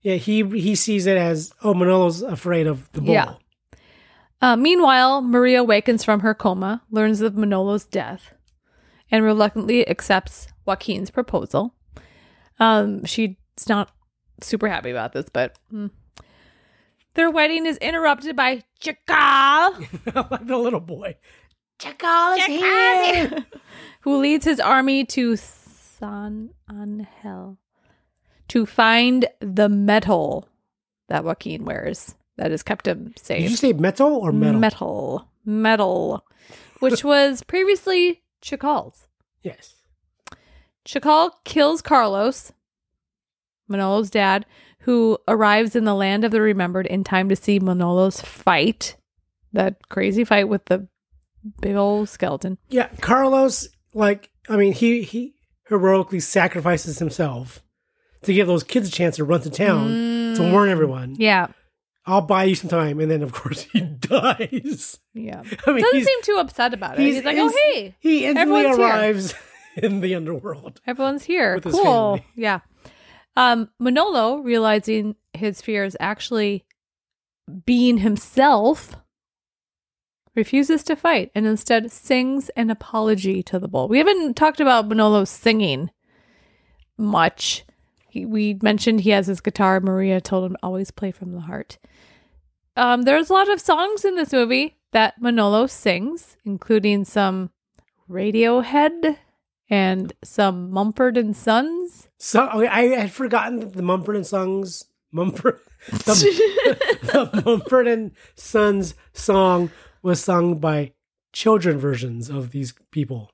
G: yeah. He he sees it as oh Manolo's afraid of the bull.
E: Yeah. Uh, meanwhile, Maria awakens from her coma, learns of Manolo's death, and reluctantly accepts Joaquin's proposal. Um, she's not super happy about this, but mm. their wedding is interrupted by Chacal.
G: [LAUGHS] like the little boy.
E: [LAUGHS] who leads his army to San Angel to find the metal that Joaquin wears that has kept him
G: Did you
E: safe.
G: say metal or metal?
E: metal, metal,
G: [LAUGHS]
E: which was previously Chacal's.
G: Yes.
E: Chacal kills Carlos, Manolo's dad, who arrives in the land of the remembered in time to see Manolo's fight, that crazy fight with the big old skeleton.
G: Yeah, Carlos, like I mean, he he heroically sacrifices himself to give those kids a chance to run to town to warn everyone.
E: Mm. Yeah.
G: I'll buy you some time, and then of course [LAUGHS] he dies.
E: Yeah.
G: [LAUGHS] I mean,
E: Doesn't
G: he's-
E: seem too upset about it. He's, like, oh,
G: he's-
E: hey,
G: he instantly
E: everyone's here."
G: arrives [LAUGHS] in the underworld.
E: everyone's here.
G: With his
E: cool.
G: family.
E: [LAUGHS] Yeah. Um, Manolo, realizing his fear is actually being himself, refuses to fight and instead sings an apology to the bull. We haven't talked about Manolo singing much. He, we mentioned he has his guitar. Maria told him always play from the heart. Um, there's a lot of songs in this movie that Manolo sings, including some Radiohead and some Mumford and Sons.
G: So okay, I had forgotten that the Mumford and Sons [LAUGHS] Mumford the, the Mumford and Sons song was sung by children versions of these people.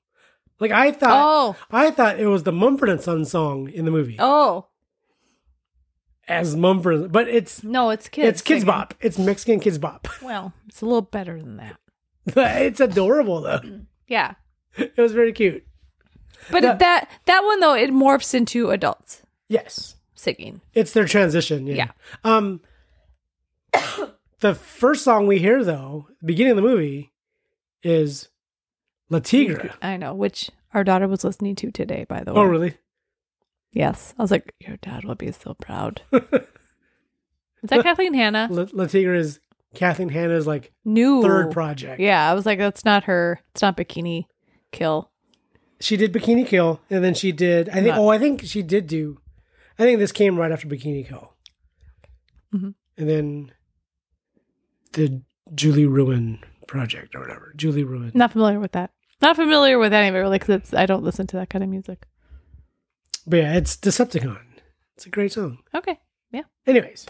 G: Like I thought,
E: Oh,
G: I thought it was the Mumford and Son song in the movie
E: oh
G: as Mumford, but it's
E: no, it's kids.
G: it's Kids
E: singing.
G: Bop. It's Mexican Kids Bop. [LAUGHS]
E: Well, it's a little better than that.
G: it's adorable though.
E: Mm. Yeah,
G: It was very cute.
E: but
G: The-
E: that that one though it morphs into adults
G: Yes,
E: singing.
G: it's their transition. Yeah.
E: Yeah.
G: Um, [COUGHS] the first song we hear though, beginning of the movie, is La Tigre.
E: I know, which our daughter was listening to today, by the way.
G: Oh, really?
E: Yes. I was like, your dad will be so
G: [LAUGHS]
E: proud. Is that Kathleen Hanna?
G: La, La Tigre is Kathleen Hanna's like
E: New
G: third project.
E: Yeah, I was like, that's not her. It's not Bikini Kill.
G: She did Bikini Kill, and then she did. I think.
E: Not-
G: Oh, I think she did do. I think this came right after Bikini Kill,
E: Mhm.
G: and then the Julie Ruin project or whatever. Julie Ruin.
E: Not familiar with that. Not familiar with any of it really, because I don't listen to that kind of music.
G: But yeah, it's Decepticon. It's a great song.
E: Okay. Yeah.
G: Anyways,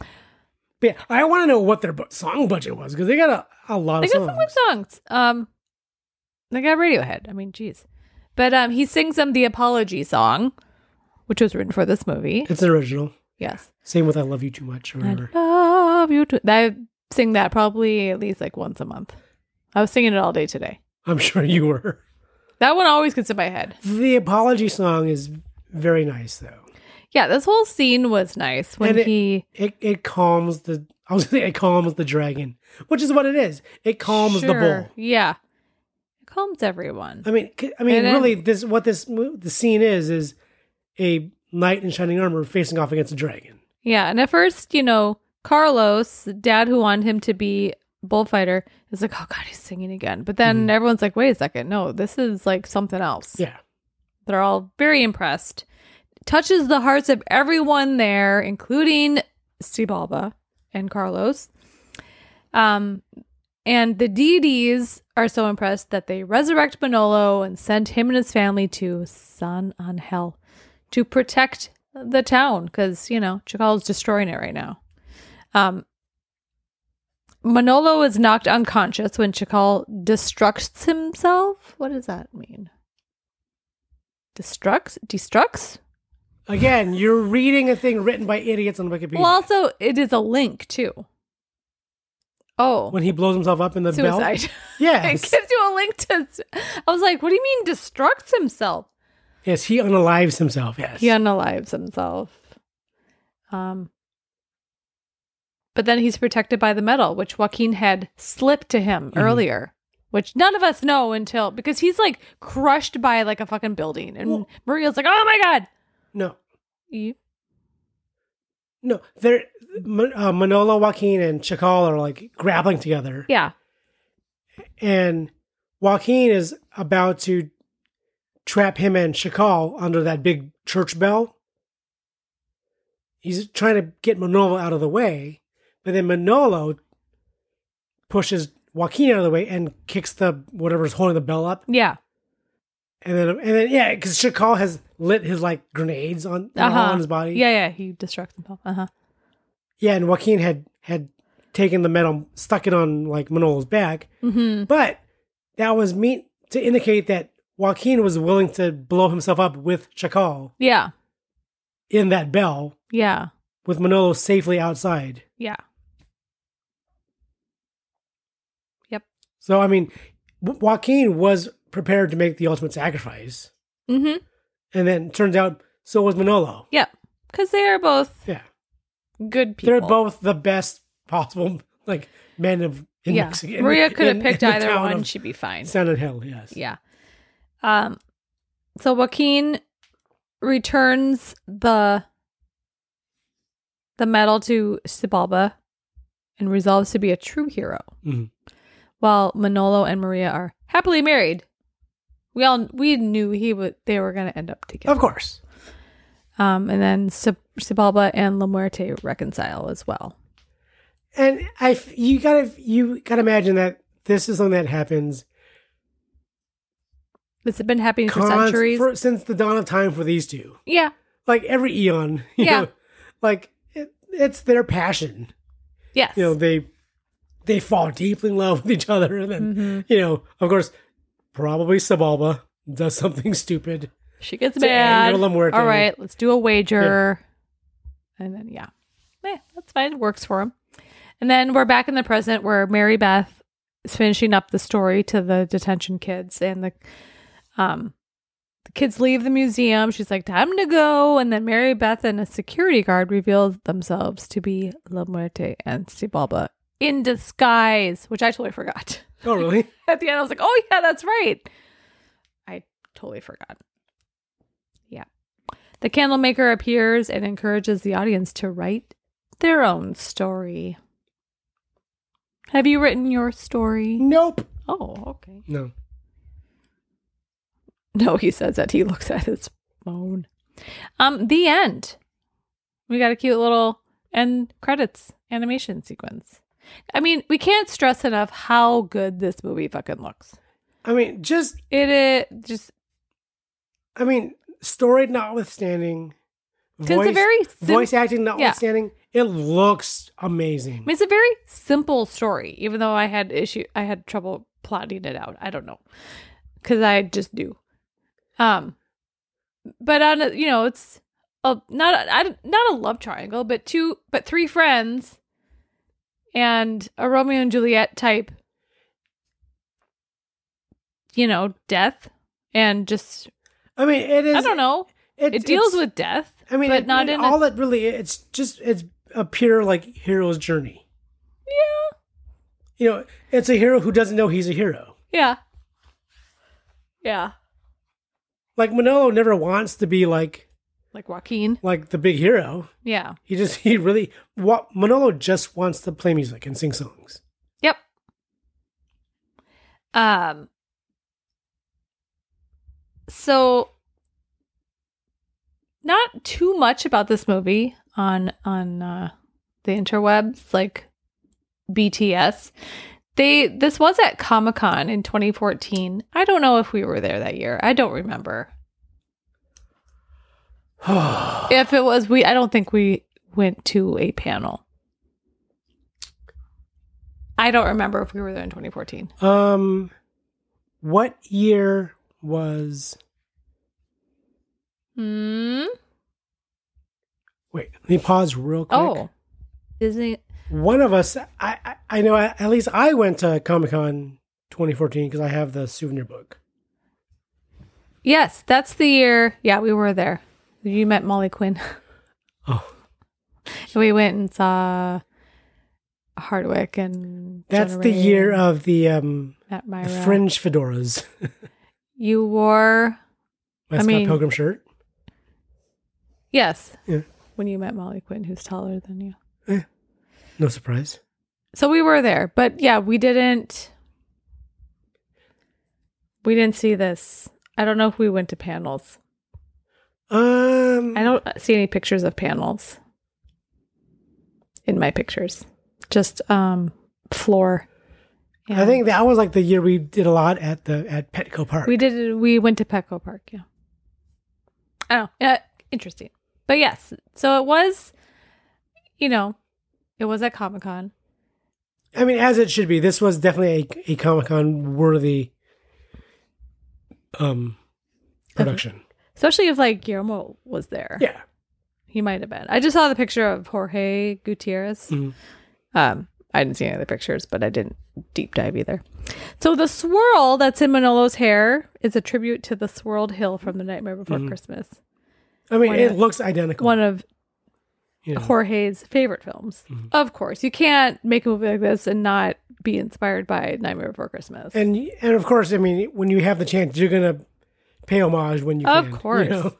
G: but yeah, I want to know what their bu- song budget was because they got a, a lot
E: They
G: of
E: got
G: songs.
E: some good songs. Um, they got Radiohead. I mean, geez. But um, he sings them the Apology song, which was written for this movie.
G: It's an original.
E: Yes.
G: Same with "I Love You Too Much" or whatever.
E: I love you too. I sing that probably at least like once a month. I was singing it all day today.
G: I'm sure you were.
E: That one always gets in my head.
G: The apology song is very nice though.
E: Yeah, this whole scene was nice when
G: And it-
E: he
G: It it calms the I was gonna say it calms the dragon, which is what it is. It calms the
E: Sure,
G: bull.
E: Yeah, it calms everyone.
G: I mean, c- I mean,
E: And it-
G: really, this what this mo- the scene is is a knight in shining armor facing off against a dragon.
E: Yeah, and at first, you know, Carlos, the dad who wanted him to be bullfighter, is like, "Oh God, he's singing again." But then everyone's like, "Wait a second, no, this is like something else."
G: Yeah,
E: They're all very impressed. Touches the hearts of everyone there, including Steve Alba and Carlos. Um, and the deities are so impressed that they resurrect Manolo and send him and his family to San Angel to protect the town because, you know, Chacal is destroying it right now. Um, Manolo is knocked unconscious when Chacal destructs himself. What does that mean? Destructs? Destructs?
G: again, you're reading a thing written by idiots on Wikipedia.
E: Well, also, it is a link too. Oh,
G: when he blows himself up in the belt,
E: suicide. [LAUGHS] it
G: yes,
E: gives you a link to. I was like, what do you mean destructs himself?
G: yes, he unalives himself. Yes,
E: He unalives himself. Um, but then he's protected by the medal, which Joaquin had slipped to him
G: Mm-hmm.
E: earlier, which none of us know until because he's like crushed by like a fucking building, and
G: Well-
E: Maria's like, oh my god.
G: no,
E: You-
G: no. They're Ma- uh, Manolo, Joaquin, and Chacal are like grappling together.
E: Yeah,
G: and Joaquin is about to trap him and Chacal under that big church bell. He's trying to get Manolo out of the way, but then Manolo pushes Joaquin out of the way and kicks the whatever's holding the bell up,
E: yeah.
G: and then and then yeah, because Chacal has lit his like grenades on they're all
E: Uh-huh.
G: on his body,
E: Yeah, yeah. He destructs himself. Uh huh.
G: yeah, and Joaquin had had taken the metal, stuck it on like Manolo's back,
E: Mm-hmm.
G: But that was meant to indicate that Joaquin was willing to blow himself up with Chacal
E: Yeah.
G: in that bell,
E: Yeah.
G: with Manolo safely outside.
E: Yeah. Yep.
G: So, I mean, Jo- Joaquin was prepared to make the ultimate sacrifice.
E: Mm-hmm.
G: And then it turns out so was Manolo.
E: Yep. Because they are both
G: Yeah.
E: good people.
G: They're both the best possible, like, men of in
E: yeah.
G: Mexico.
E: Maria
G: in-
E: could have
G: in-
E: picked
G: in the
E: either
G: town
E: one.
G: of
E: She'd be fine.
G: San Angel, yes.
E: Yeah. Um. So Joaquin returns the the medal to Sibalba and resolves to be a true hero.
G: Mhm.
E: While Manolo and Maria are happily married, we all we knew he would they were going to end up together.
G: Of course.
E: Um, and then Sib- Sibalba and La Muerte reconcile as well.
G: And I, f- you gotta, you gotta imagine that this is something that happens
E: This has been happening for
G: const-
E: centuries.
G: for- since the dawn of time for these two.
E: yeah,
G: Like every eon, [LAUGHS] you
E: Yeah.
G: know, like it, it's their passion.
E: yes,
G: You know, they they fall deeply in love with each other, and then
E: Mm-hmm.
G: you know, of course, probably Sabalba does something [LAUGHS] stupid.
E: She gets
G: To
E: mad.
G: angle them working.
E: All right, let's do a wager. And then yeah. Eh, that's fine. It works for him. And then we're back in the present where Mary Beth is finishing up the story to the detention kids and the um the kids leave the museum. She's like, time to go. And then Mary Beth and a security guard reveal themselves to be La Muerte and Sibalba in disguise, which I totally forgot. [LAUGHS]
G: Oh, really?
E: At the end, I was like, oh, yeah, that's right. I totally forgot. Yeah. The candlemaker appears and encourages the audience to write their own story. Have you written your story?
G: nope.
E: Oh, okay.
G: No.
E: [LAUGHS] No, he says that he looks at his phone. Um, the end. We got a cute little end credits animation sequence. I mean, we can't stress enough how good this movie fucking looks.
G: I mean, just
E: It, it just
G: I mean, story notwithstanding,
E: 'Cause it's a very sim-
G: voice acting notwithstanding, it looks amazing.
E: I mean, it's a very simple story, even though I had issue, I had trouble plotting it out. I don't know, because I just knew. Um, but on a, you know, it's a not a, I, not a love triangle, but two, but three friends, and a Romeo and Juliet type. You know, death, and just
G: I mean, it is.
E: I don't know.
G: It,
E: It deals
G: it's-
E: with death.
G: I mean,
E: but
G: it-
E: not
G: it-
E: in a-
G: all that really. It's just it's a pure like hero's journey. Yeah. You know, it's a hero who doesn't know he's a hero.
E: yeah, yeah,
G: Like Manolo never wants to be like
E: like Joaquin.
G: like the big hero.
E: Yeah.
G: He just [LAUGHS] he really what Manolo just wants to play music and sing songs.
E: Yep. Um so not too much about this movie on on uh, the interwebs like BTS. They this was at Comic-Con in 2014. I don't know if we were there that year. I don't remember. if it was we I don't think we went to a panel. I don't remember if we were there in 2014.
G: Um, what year was?
E: Hmm.
G: Wait, let me pause real quick.
E: Oh, Disney.
G: One of us, I, I, I know. I- At least I went to Comic Con 2014 because I have the souvenir book.
E: Yes, that's the year. Yeah, we were there. You met Molly Quinn. [LAUGHS]
G: Oh,
E: And we went and saw Hardwick and
G: that's
E: Jenna
G: the
E: Ray
G: year
E: and
G: of the um
E: Matt
G: the
E: Myra.
G: fringe fedoras.
E: You wore
G: My
E: I
G: Scott
E: mean-
G: Pilgrim shirt.
E: yes
G: Yeah,
E: when you met Molly Quinn, who's taller than you.
G: no surprise.
E: So we were there, but yeah, we didn't. We didn't see this. I don't know if we went to panels.
G: Um,
E: I don't see any pictures of panels in my pictures. Just um floor.
G: I think that was like the year we did a lot at the at Petco Park.
E: we did we went to Petco Park, yeah. Oh, yeah, interesting. But yes, so it was you know, it was at Comic-Con.
G: I mean, as it should be. This was definitely a, a Comic Con worthy um production.
E: Especially if like Guillermo was there.
G: Yeah.
E: He might have been. I just saw the picture of Jorge Gutierrez. Um, I didn't see any of the pictures, but I didn't deep dive either. So the swirl that's in Manolo's hair is a tribute to the swirled hill from the Nightmare Before Christmas,
G: I mean,
E: Why
G: it
E: not?
G: looks identical.
E: one of
G: you know.
E: Jorge's favorite films. Of course, you can't make a movie like this and not be inspired by Nightmare Before Christmas.
G: and and of course, I mean, when you have the chance, you're gonna pay homage when you
E: Of
G: can. you
E: course.
G: know?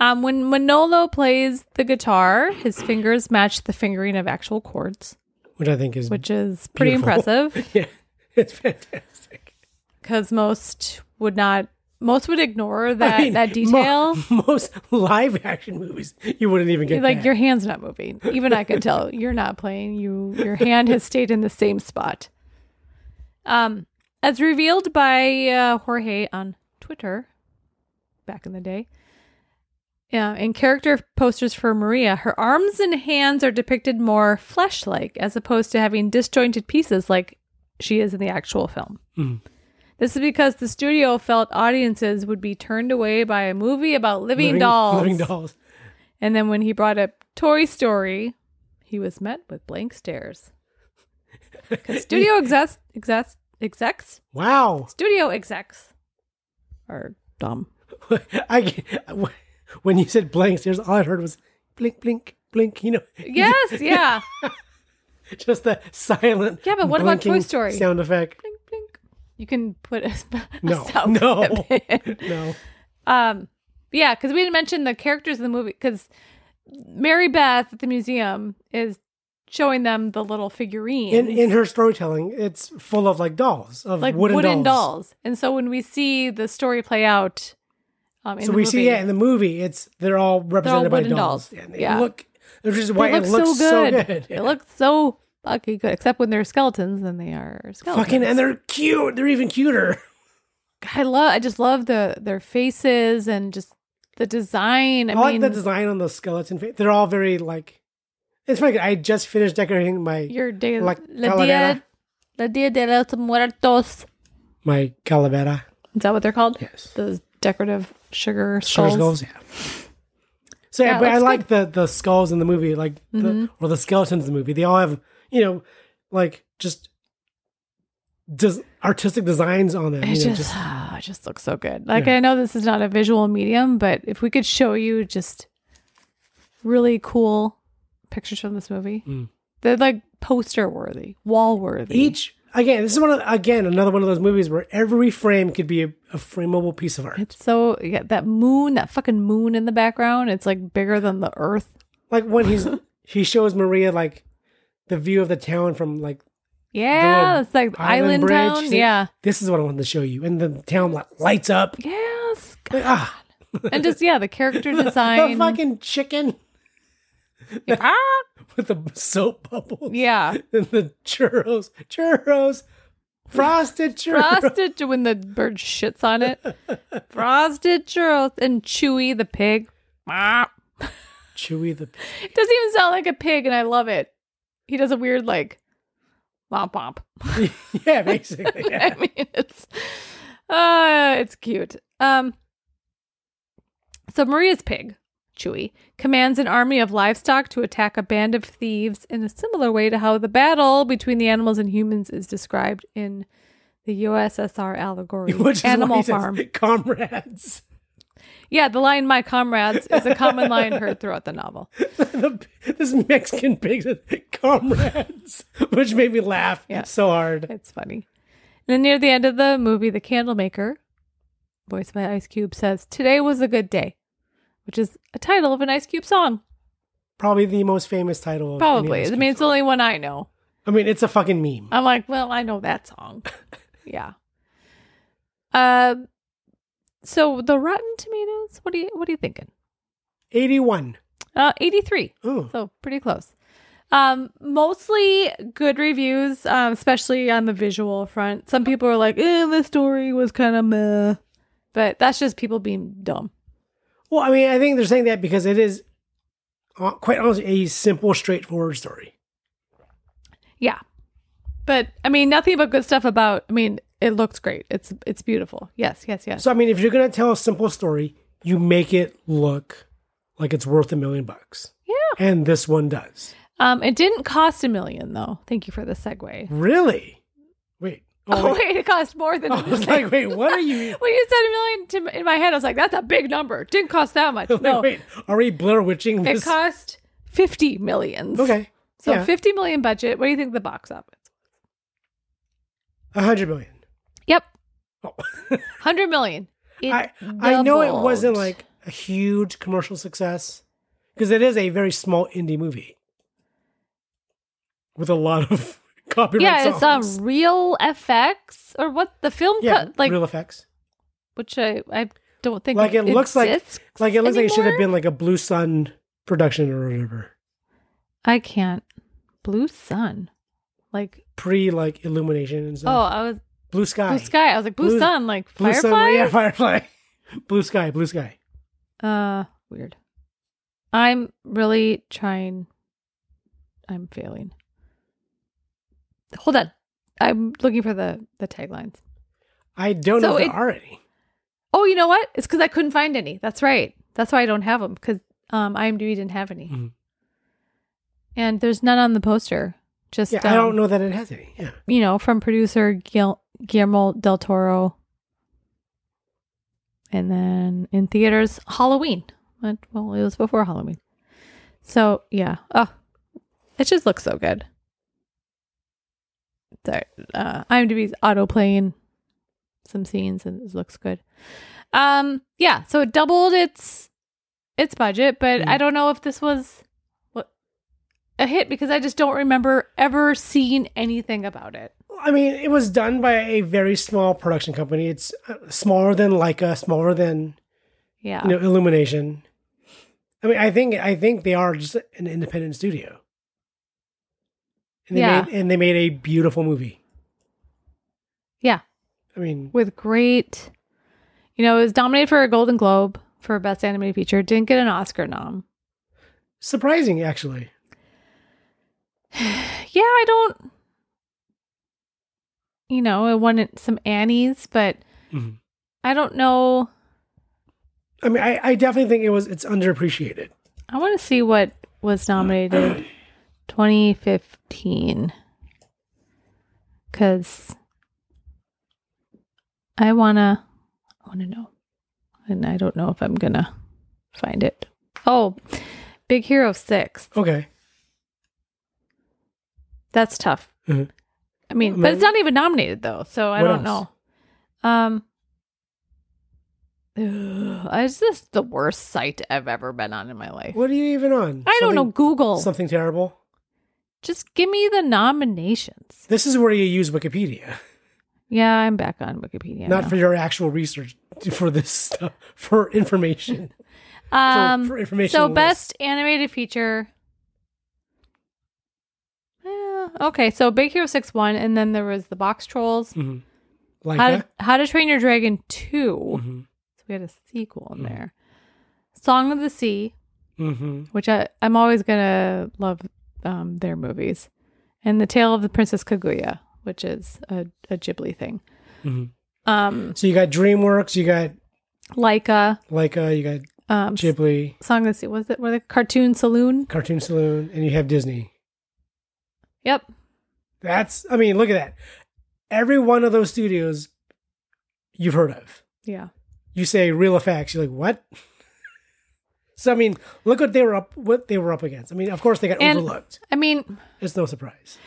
E: Um, when Manolo plays the guitar, his fingers match the fingering of actual chords,
G: which I think is [LAUGHS]
E: which is pretty
G: Beautiful.
E: impressive.
G: yeah, it's fantastic.
E: because most would not most would ignore that
G: I mean,
E: that detail
G: mo- most live action movies, you wouldn't even get
E: like
G: that.
E: your hand's not moving even i could tell [LAUGHS] you're not playing you your hand has stayed in the same spot um as revealed by uh, jorge on twitter back in the day Yeah, in character posters for Maria, her arms and hands are depicted more flesh like as opposed to having disjointed pieces like she is in the actual film.
G: Mm.
E: This is because the studio felt audiences would be turned away by a movie about living, dolls.
G: Living dolls.
E: And then when he brought up Toy Story, he was met with blank
G: [LAUGHS]
E: stares. 'Cause studio execs, execs, execs,
G: Wow. [LAUGHS]
E: studio execs are dumb.
G: I can't- [LAUGHS] when you said blank stares, all I heard was blink, blink, blink. You know,
E: [LAUGHS]
G: [LAUGHS]
E: Yes, yeah.
G: just the silent.
E: Yeah, but what about Toy
G: blinking
E: Story?
G: Sound effect.
E: blink, blink. You can put a, sp- a
G: No,
E: sound
G: no,
E: clip in.
G: no.
E: Um, yeah, because we didn't mention the characters in the movie. Because Mary Beth at the museum is showing them the little figurines,
G: In in her storytelling, it's full of like dolls of
E: like
G: wooden, dolls.
E: And so when we see the story play out, um, in
G: So
E: the
G: we
E: movie,
G: see yeah in the movie, it's they're all represented by
E: wooden
G: dolls.
E: dolls.
G: And they
E: Yeah.
G: look. Which is why
E: it looks,
G: it looks
E: so good.
G: Yeah.
E: It looks so fucking good, except when they're skeletons, then they are skeletons.
G: [LAUGHS] fucking and they're cute. They're even cuter.
E: I love. I just love the their faces and just the design. I,
G: I,
E: mean,
G: like the design on the skeleton. Face. They're all very like. It's funny. I just finished decorating my
E: your day,
G: La
E: la
G: Calavera.
E: dia, la dia de los muertos.
G: my calavera.
E: Is that what they're called?
G: Yes.
E: Those decorative sugar
G: Sugar
E: skulls.
G: skulls, yeah. So yeah,
E: Yeah, it
G: but I
E: looks Mm-hmm.
G: like the the skulls in the movie, like the, or the skeletons in the movie. They all have you know, like just des- artistic designs on them.
E: It
G: You know,
E: just,
G: just
E: ah, [SIGHS] it just looks so good. Like I know this is not a visual medium, but if we could show you just really cool pictures from this movie,
G: Mm.
E: they're like poster worthy, wall worthy.
G: each again. This is one of again another one of those movies where every frame could be a, a frameable piece of art.
E: It's so yeah, that moon, that fucking moon in the background, it's like bigger than the earth.
G: Like when
E: [LAUGHS]
G: he's he shows Maria like the view of the town from like
E: Yeah,
G: little
E: it's like island,
G: bridge.
E: town.
G: She's like,
E: Yeah.
G: this is what I wanted to show you, and the town like, lights up.
E: Yes.
G: Like, ah,
E: And just yeah, the character design.
G: the fucking chicken [LAUGHS]
E: Ah!
G: with the soap bubbles.
E: yeah.
G: [LAUGHS] and the churros, churros, frosted
E: [LAUGHS]
G: churros.
E: Frosted when the bird shits on it. Frosted churros and Chewy the pig. Ah.
G: Chewy the [LAUGHS]
E: It doesn't even sound like a pig, and I love it. He does a weird like womp womp.
G: yeah, basically. yeah.
E: [LAUGHS] I mean, it's uh, it's cute. Um, so Maria's pig, Chewy, commands an army of livestock to attack a band of thieves in a similar way to how the battle between the animals and humans is described in the USSR allegory,
G: [LAUGHS] Which is
E: Animal
G: why he says,
E: Farm.
G: comrades.
E: Yeah, the line "My comrades" is a common line heard throughout the novel.
G: [LAUGHS] The- this Mexican pig says, comrades, [LAUGHS] which made me laugh
E: Yeah.
G: so hard.
E: It's funny. And then near the end of the movie, the candlemaker, voiced by Ice Cube, says, "Today was a good day," which is a title of an Ice Cube song.
G: Probably the most famous title. Of any of
E: Probably.
G: these
E: I mean, Uh,
G: kids.
E: it's the only one I know.
G: I mean, it's a fucking meme.
E: I'm like, well, I know that song. yeah. Uh, so the Rotten Tomatoes. What do you What are you thinking?
G: Eighty-one.
E: Uh, 83.
G: Oh,
E: So pretty close. Um, mostly good reviews, um, especially on the visual front. Some people are like, eh, the story was kind of meh. But that's just people being dumb.
G: well, I mean, I think they're saying that because it is, uh, quite honestly, a simple, straightforward story.
E: Yeah. But I mean, nothing but good stuff about I mean, it looks great. It's it's beautiful. Yes, yes, yes.
G: So, I mean, if you're gonna tell a simple story, you make it look like it's worth a million bucks. Yeah. And this one does.
E: Um, it didn't cost a million though. Thank you for the segue. [LAUGHS]
G: Really? Wait.
E: Oh,
G: wait.
E: wait, it cost more than.
G: [LAUGHS] I was like, wait, what are you?
E: when you said a million to, m- in my head, I was like, that's a big number. Didn't cost that much.
G: [LAUGHS]
E: [LAUGHS]
G: Like,
E: no,
G: wait, are we Blair Witching
E: it
G: this?
E: cost fifty millions.
G: okay.
E: so
G: yeah.
E: fifty million budget. What do you think the box office?
G: A hundred million.
E: Yep,
G: Oh.
E: [LAUGHS] hundred million. It
G: I I know it wasn't
E: doubled.
G: like a huge commercial success because it is a very small indie movie with a lot of [LAUGHS] copyright.
E: yeah, it's um
G: songs.
E: real effects or what the film
G: yeah,
E: co- like,
G: real effects.
E: which I I don't think
G: Like it looks like
E: exists
G: like it looks like it should have
E: anymore.
G: been like a Blue Sun production or whatever
E: I can't. Blue sun, like
G: pre like illumination and
E: oh,
G: stuff.
E: I was
G: blue sky,
E: blue sky. I was like blue,
G: Blue-
E: sun, like
G: Blue [LAUGHS]
E: firefly.
G: sun, yeah, firefly, blue sky, blue sky.
E: Uh, weird. I'm really trying. I'm failing. Hold on. I'm looking for the the taglines.
G: I don't
E: So
G: know if
E: it-
G: there are any.
E: Oh, you know what? It's because I couldn't find any. That's right. That's why I don't have them because um, IMDb didn't have any.
G: Mhm.
E: And there's none on the poster. Just
G: Yeah, I don't
E: um,
G: know that it has any. Yeah.
E: You know, from producer Guil- Guillermo del Toro. And then in theaters, Halloween. But, well, it was before Halloween. So yeah. Oh, it just looks so good. Sorry, uh, IMDb's auto playing some scenes and it looks good. Um, yeah. So it doubled its its budget, but I don't know if this was what a hit because I just don't remember ever seeing anything about it.
G: I mean, it was done by a very small production company. It's uh, smaller than Leica, smaller than
E: Yeah.
G: you know Illumination. I mean, I think I think they are just an independent studio. And they
E: Yeah.
G: made and they made a beautiful movie.
E: Yeah.
G: I mean,
E: with great you know it was nominated for a golden globe for best animated feature didn't get an oscar nom
G: surprising actually.
E: yeah i don't you know it won it- some annies but
G: Mhm.
E: i don't know
G: I mean, I, I definitely think it was it's underappreciated.
E: i want to see what was
G: [CLEARS THROAT]
E: nominated 2015 because i want to i want to know and i don't know if i'm gonna find it oh big hero 6
G: Okay.
E: That's tough.
G: Mhm.
E: I mean,
G: Well,
E: but it's not even nominated though, so I
G: What
E: don't
G: else?
E: know. Um, [SIGHS] ugh, it's just the worst site I've ever been on in my life.
G: What are you even on?
E: I don't know.
G: Something-
E: Google.
G: Something terrible.
E: Just give me the nominations.
G: This is where you use Wikipedia,
E: Yeah, I'm back on Wikipedia.
G: not
E: now.
G: for your actual research, for this stuff, for
E: [LAUGHS]
G: information.
E: um,
G: for information
E: So,
G: lists.
E: best animated feature. Yeah, okay, so Big Hero Six one, and then there was the Box Trolls.
G: Mm-hmm. Like
E: How to,
G: that.
E: How to Train Your Dragon 2.
G: Mhm.
E: So we had a sequel in there. Song of the Sea,
G: Mm-hmm.
E: which I, I'm always going to love um, their movies. And The Tale of the Princess Kaguya, which is a, a Ghibli thing.
G: Mhm.
E: Um,
G: So you got DreamWorks, you got
E: Laika,
G: Leica, you got
E: um,
G: Ghibli,
E: Song of the Sea. Was it were the Cartoon Saloon?
G: Cartoon Saloon, and you have Disney.
E: Yep.
G: That's, I mean, look at that. Every one of those studios you've heard of.
E: Yeah.
G: You say real effects, you're like, what? [LAUGHS] So I mean, look what they were up what they were up against. I mean, of course they got
E: And-
G: overlooked.
E: I mean,
G: It's no surprise.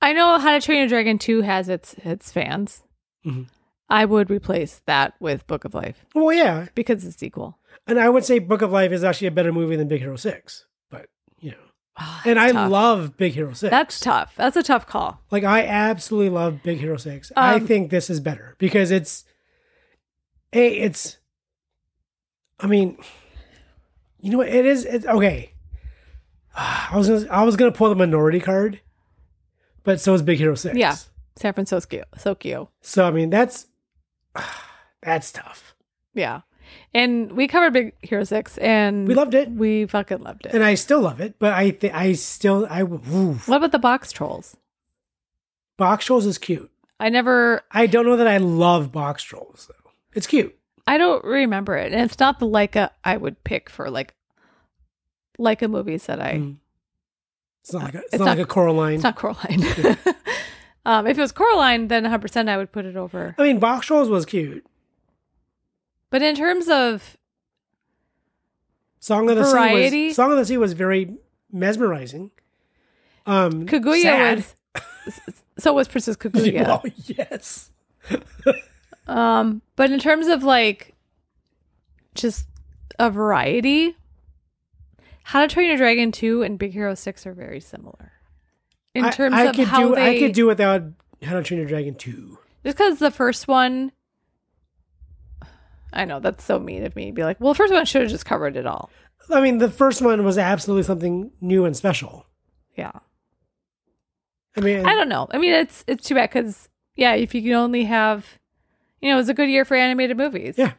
E: I know How to Train Your Dragon 2 has its, its fans.
G: Mhm.
E: I would replace that with Book of Life
G: Well, yeah,
E: because it's a sequel.
G: and I would say Book of Life is actually a better movie than Big Hero Six, but you know,
E: Ah,
G: and
E: that's
G: I
E: tough.
G: love Big Hero Six.
E: That's tough. That's a tough call.
G: Like I absolutely love Big Hero Six. I
E: Um,
G: think this is better because it's a it's. I mean, you know what it is. It's, okay, Ah, I was gonna, I was gonna pull the minority card, but so is Big Hero Six.
E: Yeah. San Francisco, Tokyo.
G: So I mean that's ah, that's tough,
E: Yeah. And we covered Big Hero 6 and
G: We loved it.
E: We fucking loved it.
G: and I still love it. But I th- I still I oof.
E: what about the box trolls?
G: box trolls is cute.
E: I never,
G: I don't know that I love box trolls though. It's cute.
E: I don't remember it. And it's not the Leica I would pick for like Leica movies that I,
G: Mm. It's not like a, it's,
E: Uh, It's
G: not,
E: not-
G: like a Coraline.
E: it's not Coraline. [LAUGHS] um, if it was Coraline, then 100% I would put it over.
G: I mean, box trolls was cute.
E: But in terms of,
G: Song of the Sea
E: Variety?
G: was, Song of the Sea was very
E: [LAUGHS]
G: mesmerizing. Um,
E: Kaguya
G: sad.
E: was, so was
G: [LAUGHS]
E: Princess Kaguya.
G: Well, Oh, yes.
E: Um, but in terms of like just a variety, How to Train Your Dragon 2 and Big Hero 6 are very similar. In
G: I-
E: terms
G: I,
E: of
G: could
E: how
G: do
E: they
G: I could do without How to Train Your Dragon two.
E: just because the first one I know that's so mean of me to be like, well, the first one should have just covered it all.
G: I mean, the first one was absolutely something new and special.
E: Yeah.
G: I mean,
E: I don't know. I mean, it's it's too bad because yeah, if you can only have, you know, it was a good year for animated movies.
G: Yeah.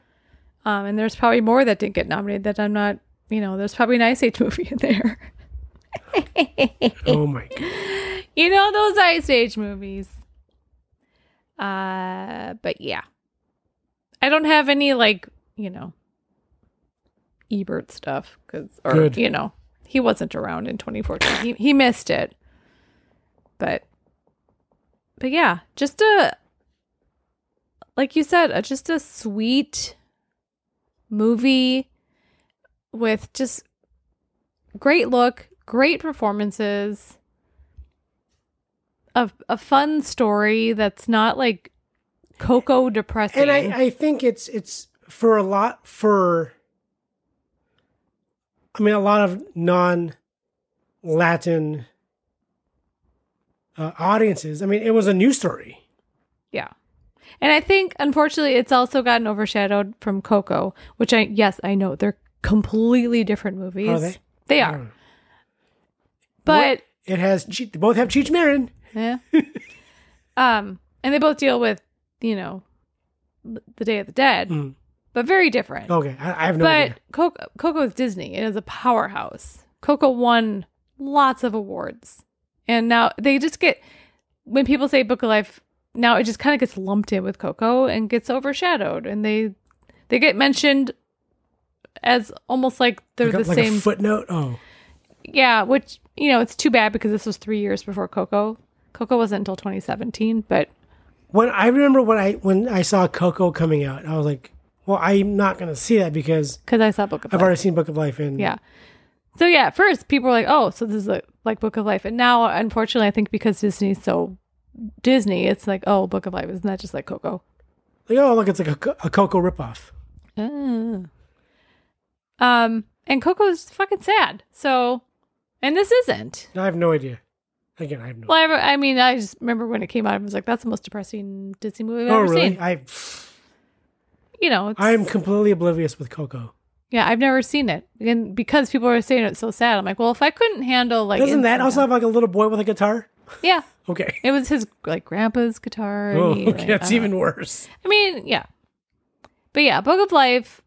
E: Um, and there's probably more that didn't get nominated that I'm not you know, there's probably an Ice Age [LAUGHS] movie in there.
G: Oh
E: [LAUGHS]
G: my god.
E: you know those Ice Age movies. Uh, but yeah, I don't have any like you know Ebert stuff because or
G: Good.
E: you know he wasn't around in 2014. he he missed it, but but yeah, just a like you said, a, just a sweet movie with just great look, great performances, a a fun story that's not like Coco depressing.
G: And I, I think it's it's for a lot for I mean a lot of non Latin uh, audiences. I mean it was a new story.
E: yeah. And I think unfortunately it's also gotten overshadowed from Coco, which I yes, I know they're completely different movies.
G: Are they? Hmm.
E: They are. But
G: It has Cheech- they both have Cheech Marin.
E: Yeah. [LAUGHS] um, and they both deal with, you know, the Day of the Dead, but very different.
G: Okay, I, I have Mm. Oh, no idea.
E: but Coco, Coco is Disney. It is a powerhouse. Coco won lots of awards, and now they just get when people say Book of Life. Now it just kind of gets lumped in with Coco and gets overshadowed, and they they get mentioned as almost like they're
G: Like a-
E: the
G: like
E: same
G: a footnote. Oh,
E: yeah, which you know, it's too bad because this was three years before Coco. Coco wasn't until 2017, but
G: when I remember when I when I saw Coco coming out, I was like, well, I'm not gonna see that because
E: because I saw Book of
G: I've
E: Life.
G: already seen Book of Life and
E: Yeah. So yeah, at first people were like, "Oh, so this is like, like Book of Life," and now, unfortunately, I think because Disney's so Disney, it's like, "Oh, Book of Life isn't that just like Coco?"
G: like oh look, it's like a, Co- a Coco ripoff.
E: Ah. Um, and Coco's fucking sad. So, and this isn't.
G: I have no idea. Again, I have no.
E: Well, I, re- I mean, I just remember when it came out, I was like, "That's the most depressing Disney movie I've
G: oh
E: ever
G: really?
E: seen."
G: I
E: you know, it's,
G: I am completely oblivious with Coco.
E: Yeah, I've never seen it. And because people are saying it's so sad, I'm like, well, if I couldn't handle like
G: Doesn't that
E: instant-
G: also have like a little boy with a guitar?
E: Yeah.
G: Okay.
E: It was his like grandpa's guitar. and
G: [LAUGHS] Oh,
E: he,
G: okay,
E: like,
G: that's
E: I don't know.
G: even worse.
E: I mean, yeah. But yeah, Book of Life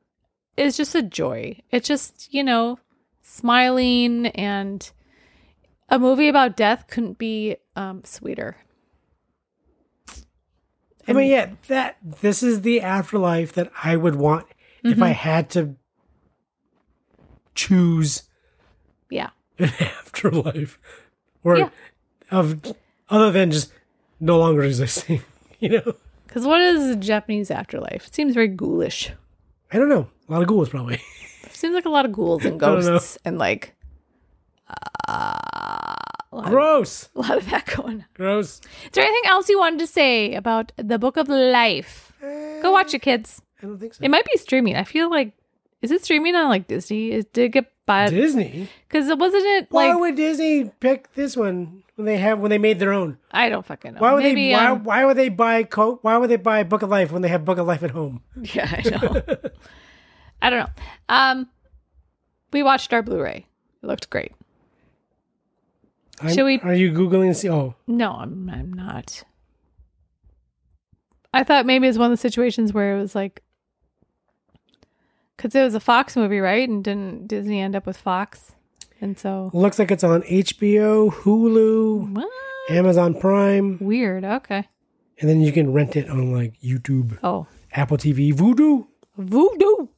E: is just a joy. It's just, you know, smiling and a movie about death couldn't be um sweeter.
G: I mean, yeah, that this is the afterlife that I would want if
E: Mm-hmm.
G: I had to choose
E: Yeah.
G: an [LAUGHS] afterlife, or
E: Yeah.
G: of other than just no longer existing. [LAUGHS] You know,
E: Cuz what is the Japanese afterlife? It seems very ghoulish.
G: I don't know. A lot of ghouls probably. [LAUGHS]
E: seems like a lot of ghouls and
G: I don't know.
E: ghosts and like
G: Gross.
E: a lot of that [LAUGHS] going on.
G: Gross.
E: Is there anything else you wanted to say about the Book of Life? Go watch it, kids.
G: I don't think so.
E: It might be streaming. I feel like is it streaming on like Disney? It did get bought
G: Disney.
E: because it wasn't it
G: Why
E: Uh, like
G: would Disney pick this one when they have when they made their own?
E: I don't fucking know.
G: Why would
E: Maybe,
G: they? Why,
E: um,
G: why would they buy? Co- why would they buy Book of Life when they have Book of Life at home?
E: [LAUGHS] Yeah, I
G: [LAUGHS]
E: know. I don't know. Um, we watched our Blu-ray. It looked great.
G: I'm-
E: Should we-
G: Are you googling? and See, oh,
E: No, I'm I'm not. I thought maybe it was one of the situations where it was like because it was a Fox movie, right? And didn't Disney end up with Fox? And so
G: looks like it's on HBO, Hulu,
E: What?
G: Amazon Prime,
E: Weird. Okay.
G: and then you can rent it on like YouTube,
E: Oh,
G: Apple TV, Voodoo.
E: voodoo.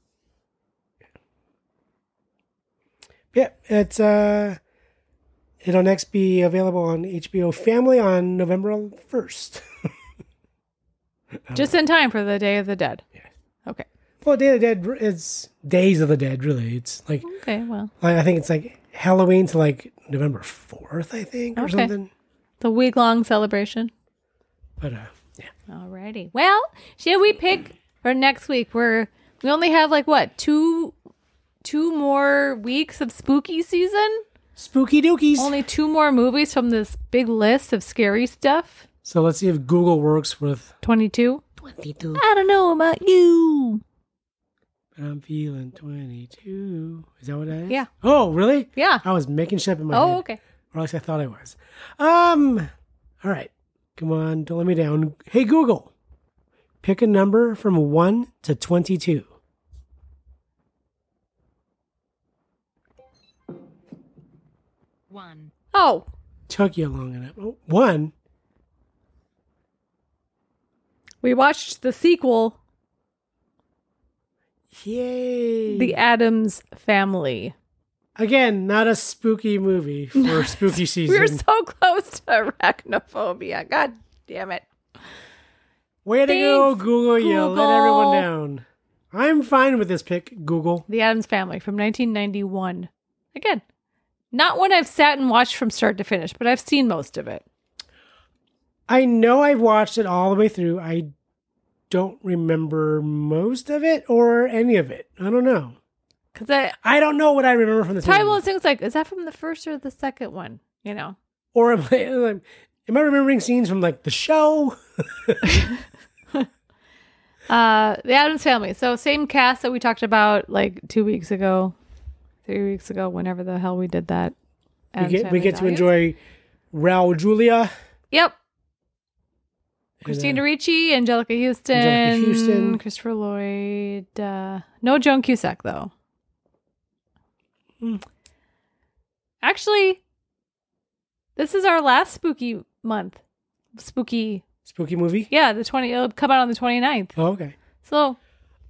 G: Yeah, it's uh, it'll next be available on HBO Family on November first. [LAUGHS]
E: Just in time for the Day of the Dead. Okay.
G: well, Day of the Dead is Days of the Dead. Really, it's like
E: Okay. Well,
G: I I think it's like Halloween to like November fourth, I think, or
E: Okay.
G: something.
E: the week long celebration.
G: But uh, yeah,
E: Alrighty. Well, should we pick for next week? We're we only have like what two two more weeks of spooky season.
G: spooky dookies.
E: Only two more movies from this big list of scary stuff.
G: so let's see if Google works with.
E: 22.
G: 22.
E: I don't know about you.
G: But I'm feeling 22. Is that what that is?
E: Yeah.
G: Oh, really?
E: Yeah.
G: I was making shit up in my head.
E: Oh, okay.
G: Or at least I thought I was. Um, all right. Come on, don't let me down. Hey, Google, pick a number from 1 to 22.
E: Oh,
G: Took you long enough. Oh, one.
E: we watched the sequel,
G: Yay.
E: The Adams Family.
G: Again, not a
E: [LAUGHS]
G: spooky movie for spooky season.
E: We were so [LAUGHS] close to arachnophobia. God damn it.
G: Way to go,
E: Thanks,
G: Google. You let
E: Google.
G: everyone down. I'm fine with this pick, Google.
E: The Adams Family from 1991. Again, not one I've sat and watched from start to finish, but I've seen most of it.
G: I know I've watched it all the way through. I don't remember most of it or any of it. I don't know.
E: Because I,
G: I don't know what I remember from the
E: Time will things like, is that from the first or the second one? You know,
G: Or am I, [LAUGHS] am I remembering scenes from like the show?
E: uh, the Adams Family. So same cast that we talked about like two weeks ago, three weeks ago, whenever the hell we did that.
G: We
E: Addams
G: get, we
E: Um, Family
G: get to
E: Values.
G: enjoy Raul Julia,
E: Yep. Christina Ricci, Angelica Houston,
G: uh, Angelica Houston.
E: Christopher Lloyd. Uh, no Joan Cusack though.
G: Hmm.
E: Actually, this is our last spooky month. Spooky,
G: spooky movie.
E: yeah. The twenty. It'll come out on the 29th.
G: Oh, okay.
E: So,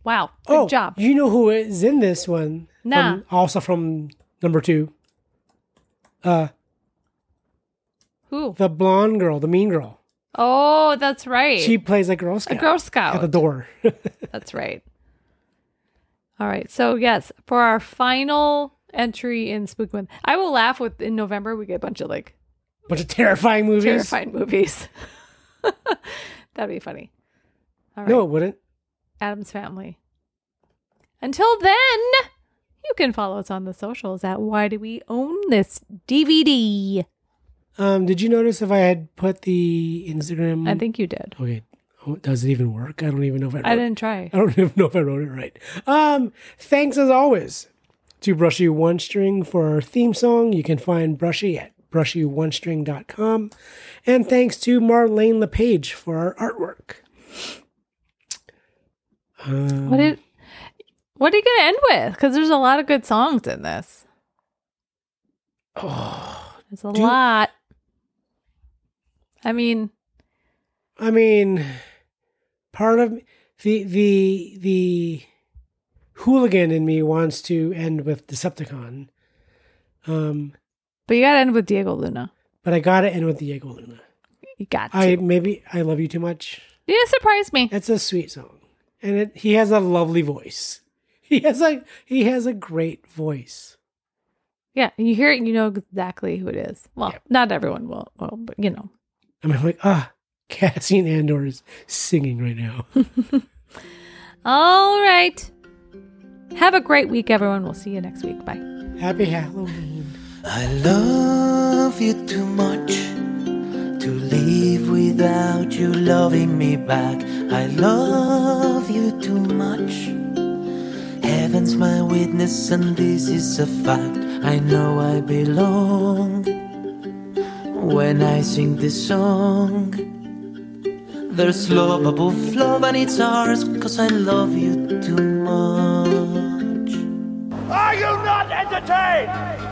E: wow, good
G: oh,
E: job.
G: You know who is in this one? From-
E: Nah.
G: also from number two. Uh,
E: Who?
G: the blonde girl, the mean girl.
E: oh, that's right.
G: She plays a Girl
E: a
G: Scout.
E: Girl
G: at
E: Scout.
G: the door. [LAUGHS]
E: That's right. All right. So yes, for our final entry in Spook Month, I will laugh with in November we get a bunch of like
G: Bunch of terrifying movies.
E: terrifying movies. [LAUGHS] That'd be funny. All right.
G: No, it wouldn't.
E: Adam's family. Until then, you can follow us on the socials at Why Do We Own This DVD?
G: Um, did you notice if I had put the Instagram?
E: I think you did.
G: Okay. Oh, Does it even work? I don't even know if I. Wrote
E: I didn't try.
G: I don't [LAUGHS] even know if I wrote it right. Um, thanks as always to Brushy One String for our theme song. You can find Brushy at brushyonestring.com. And thanks to Marlene LePage for our artwork. Um,
E: What did? What are you gonna end with? Because there's a lot of good songs in this.
G: [SIGHS]
E: Oh, there's a
G: do-
E: lot. I mean,
G: I mean, part of the the the hooligan in me wants to end with Decepticon, um,
E: but you gotta end with Diego Luna.
G: but I gotta end with Diego Luna.
E: You got to.
G: I maybe I love you too much.
E: you surprised me.
G: It's a sweet song, and it, he has a lovely voice. He has a he has a great voice.
E: Yeah, you hear it, and you know exactly who it is. Well, not everyone will. Well, but you know.
G: I mean, I'm like ah, Cassian Andor is singing right now. [LAUGHS]
E: All right. Have a great week, everyone. We'll see you next week. Bye.
G: Happy Halloween.
I: I love you too much to leave without you loving me back. I love you too much. Heaven's my witness, and this is a fact. I know I belong when I sing this song. There's love above love, and it's ours, cause I love you too much.
J: Are you not entertained?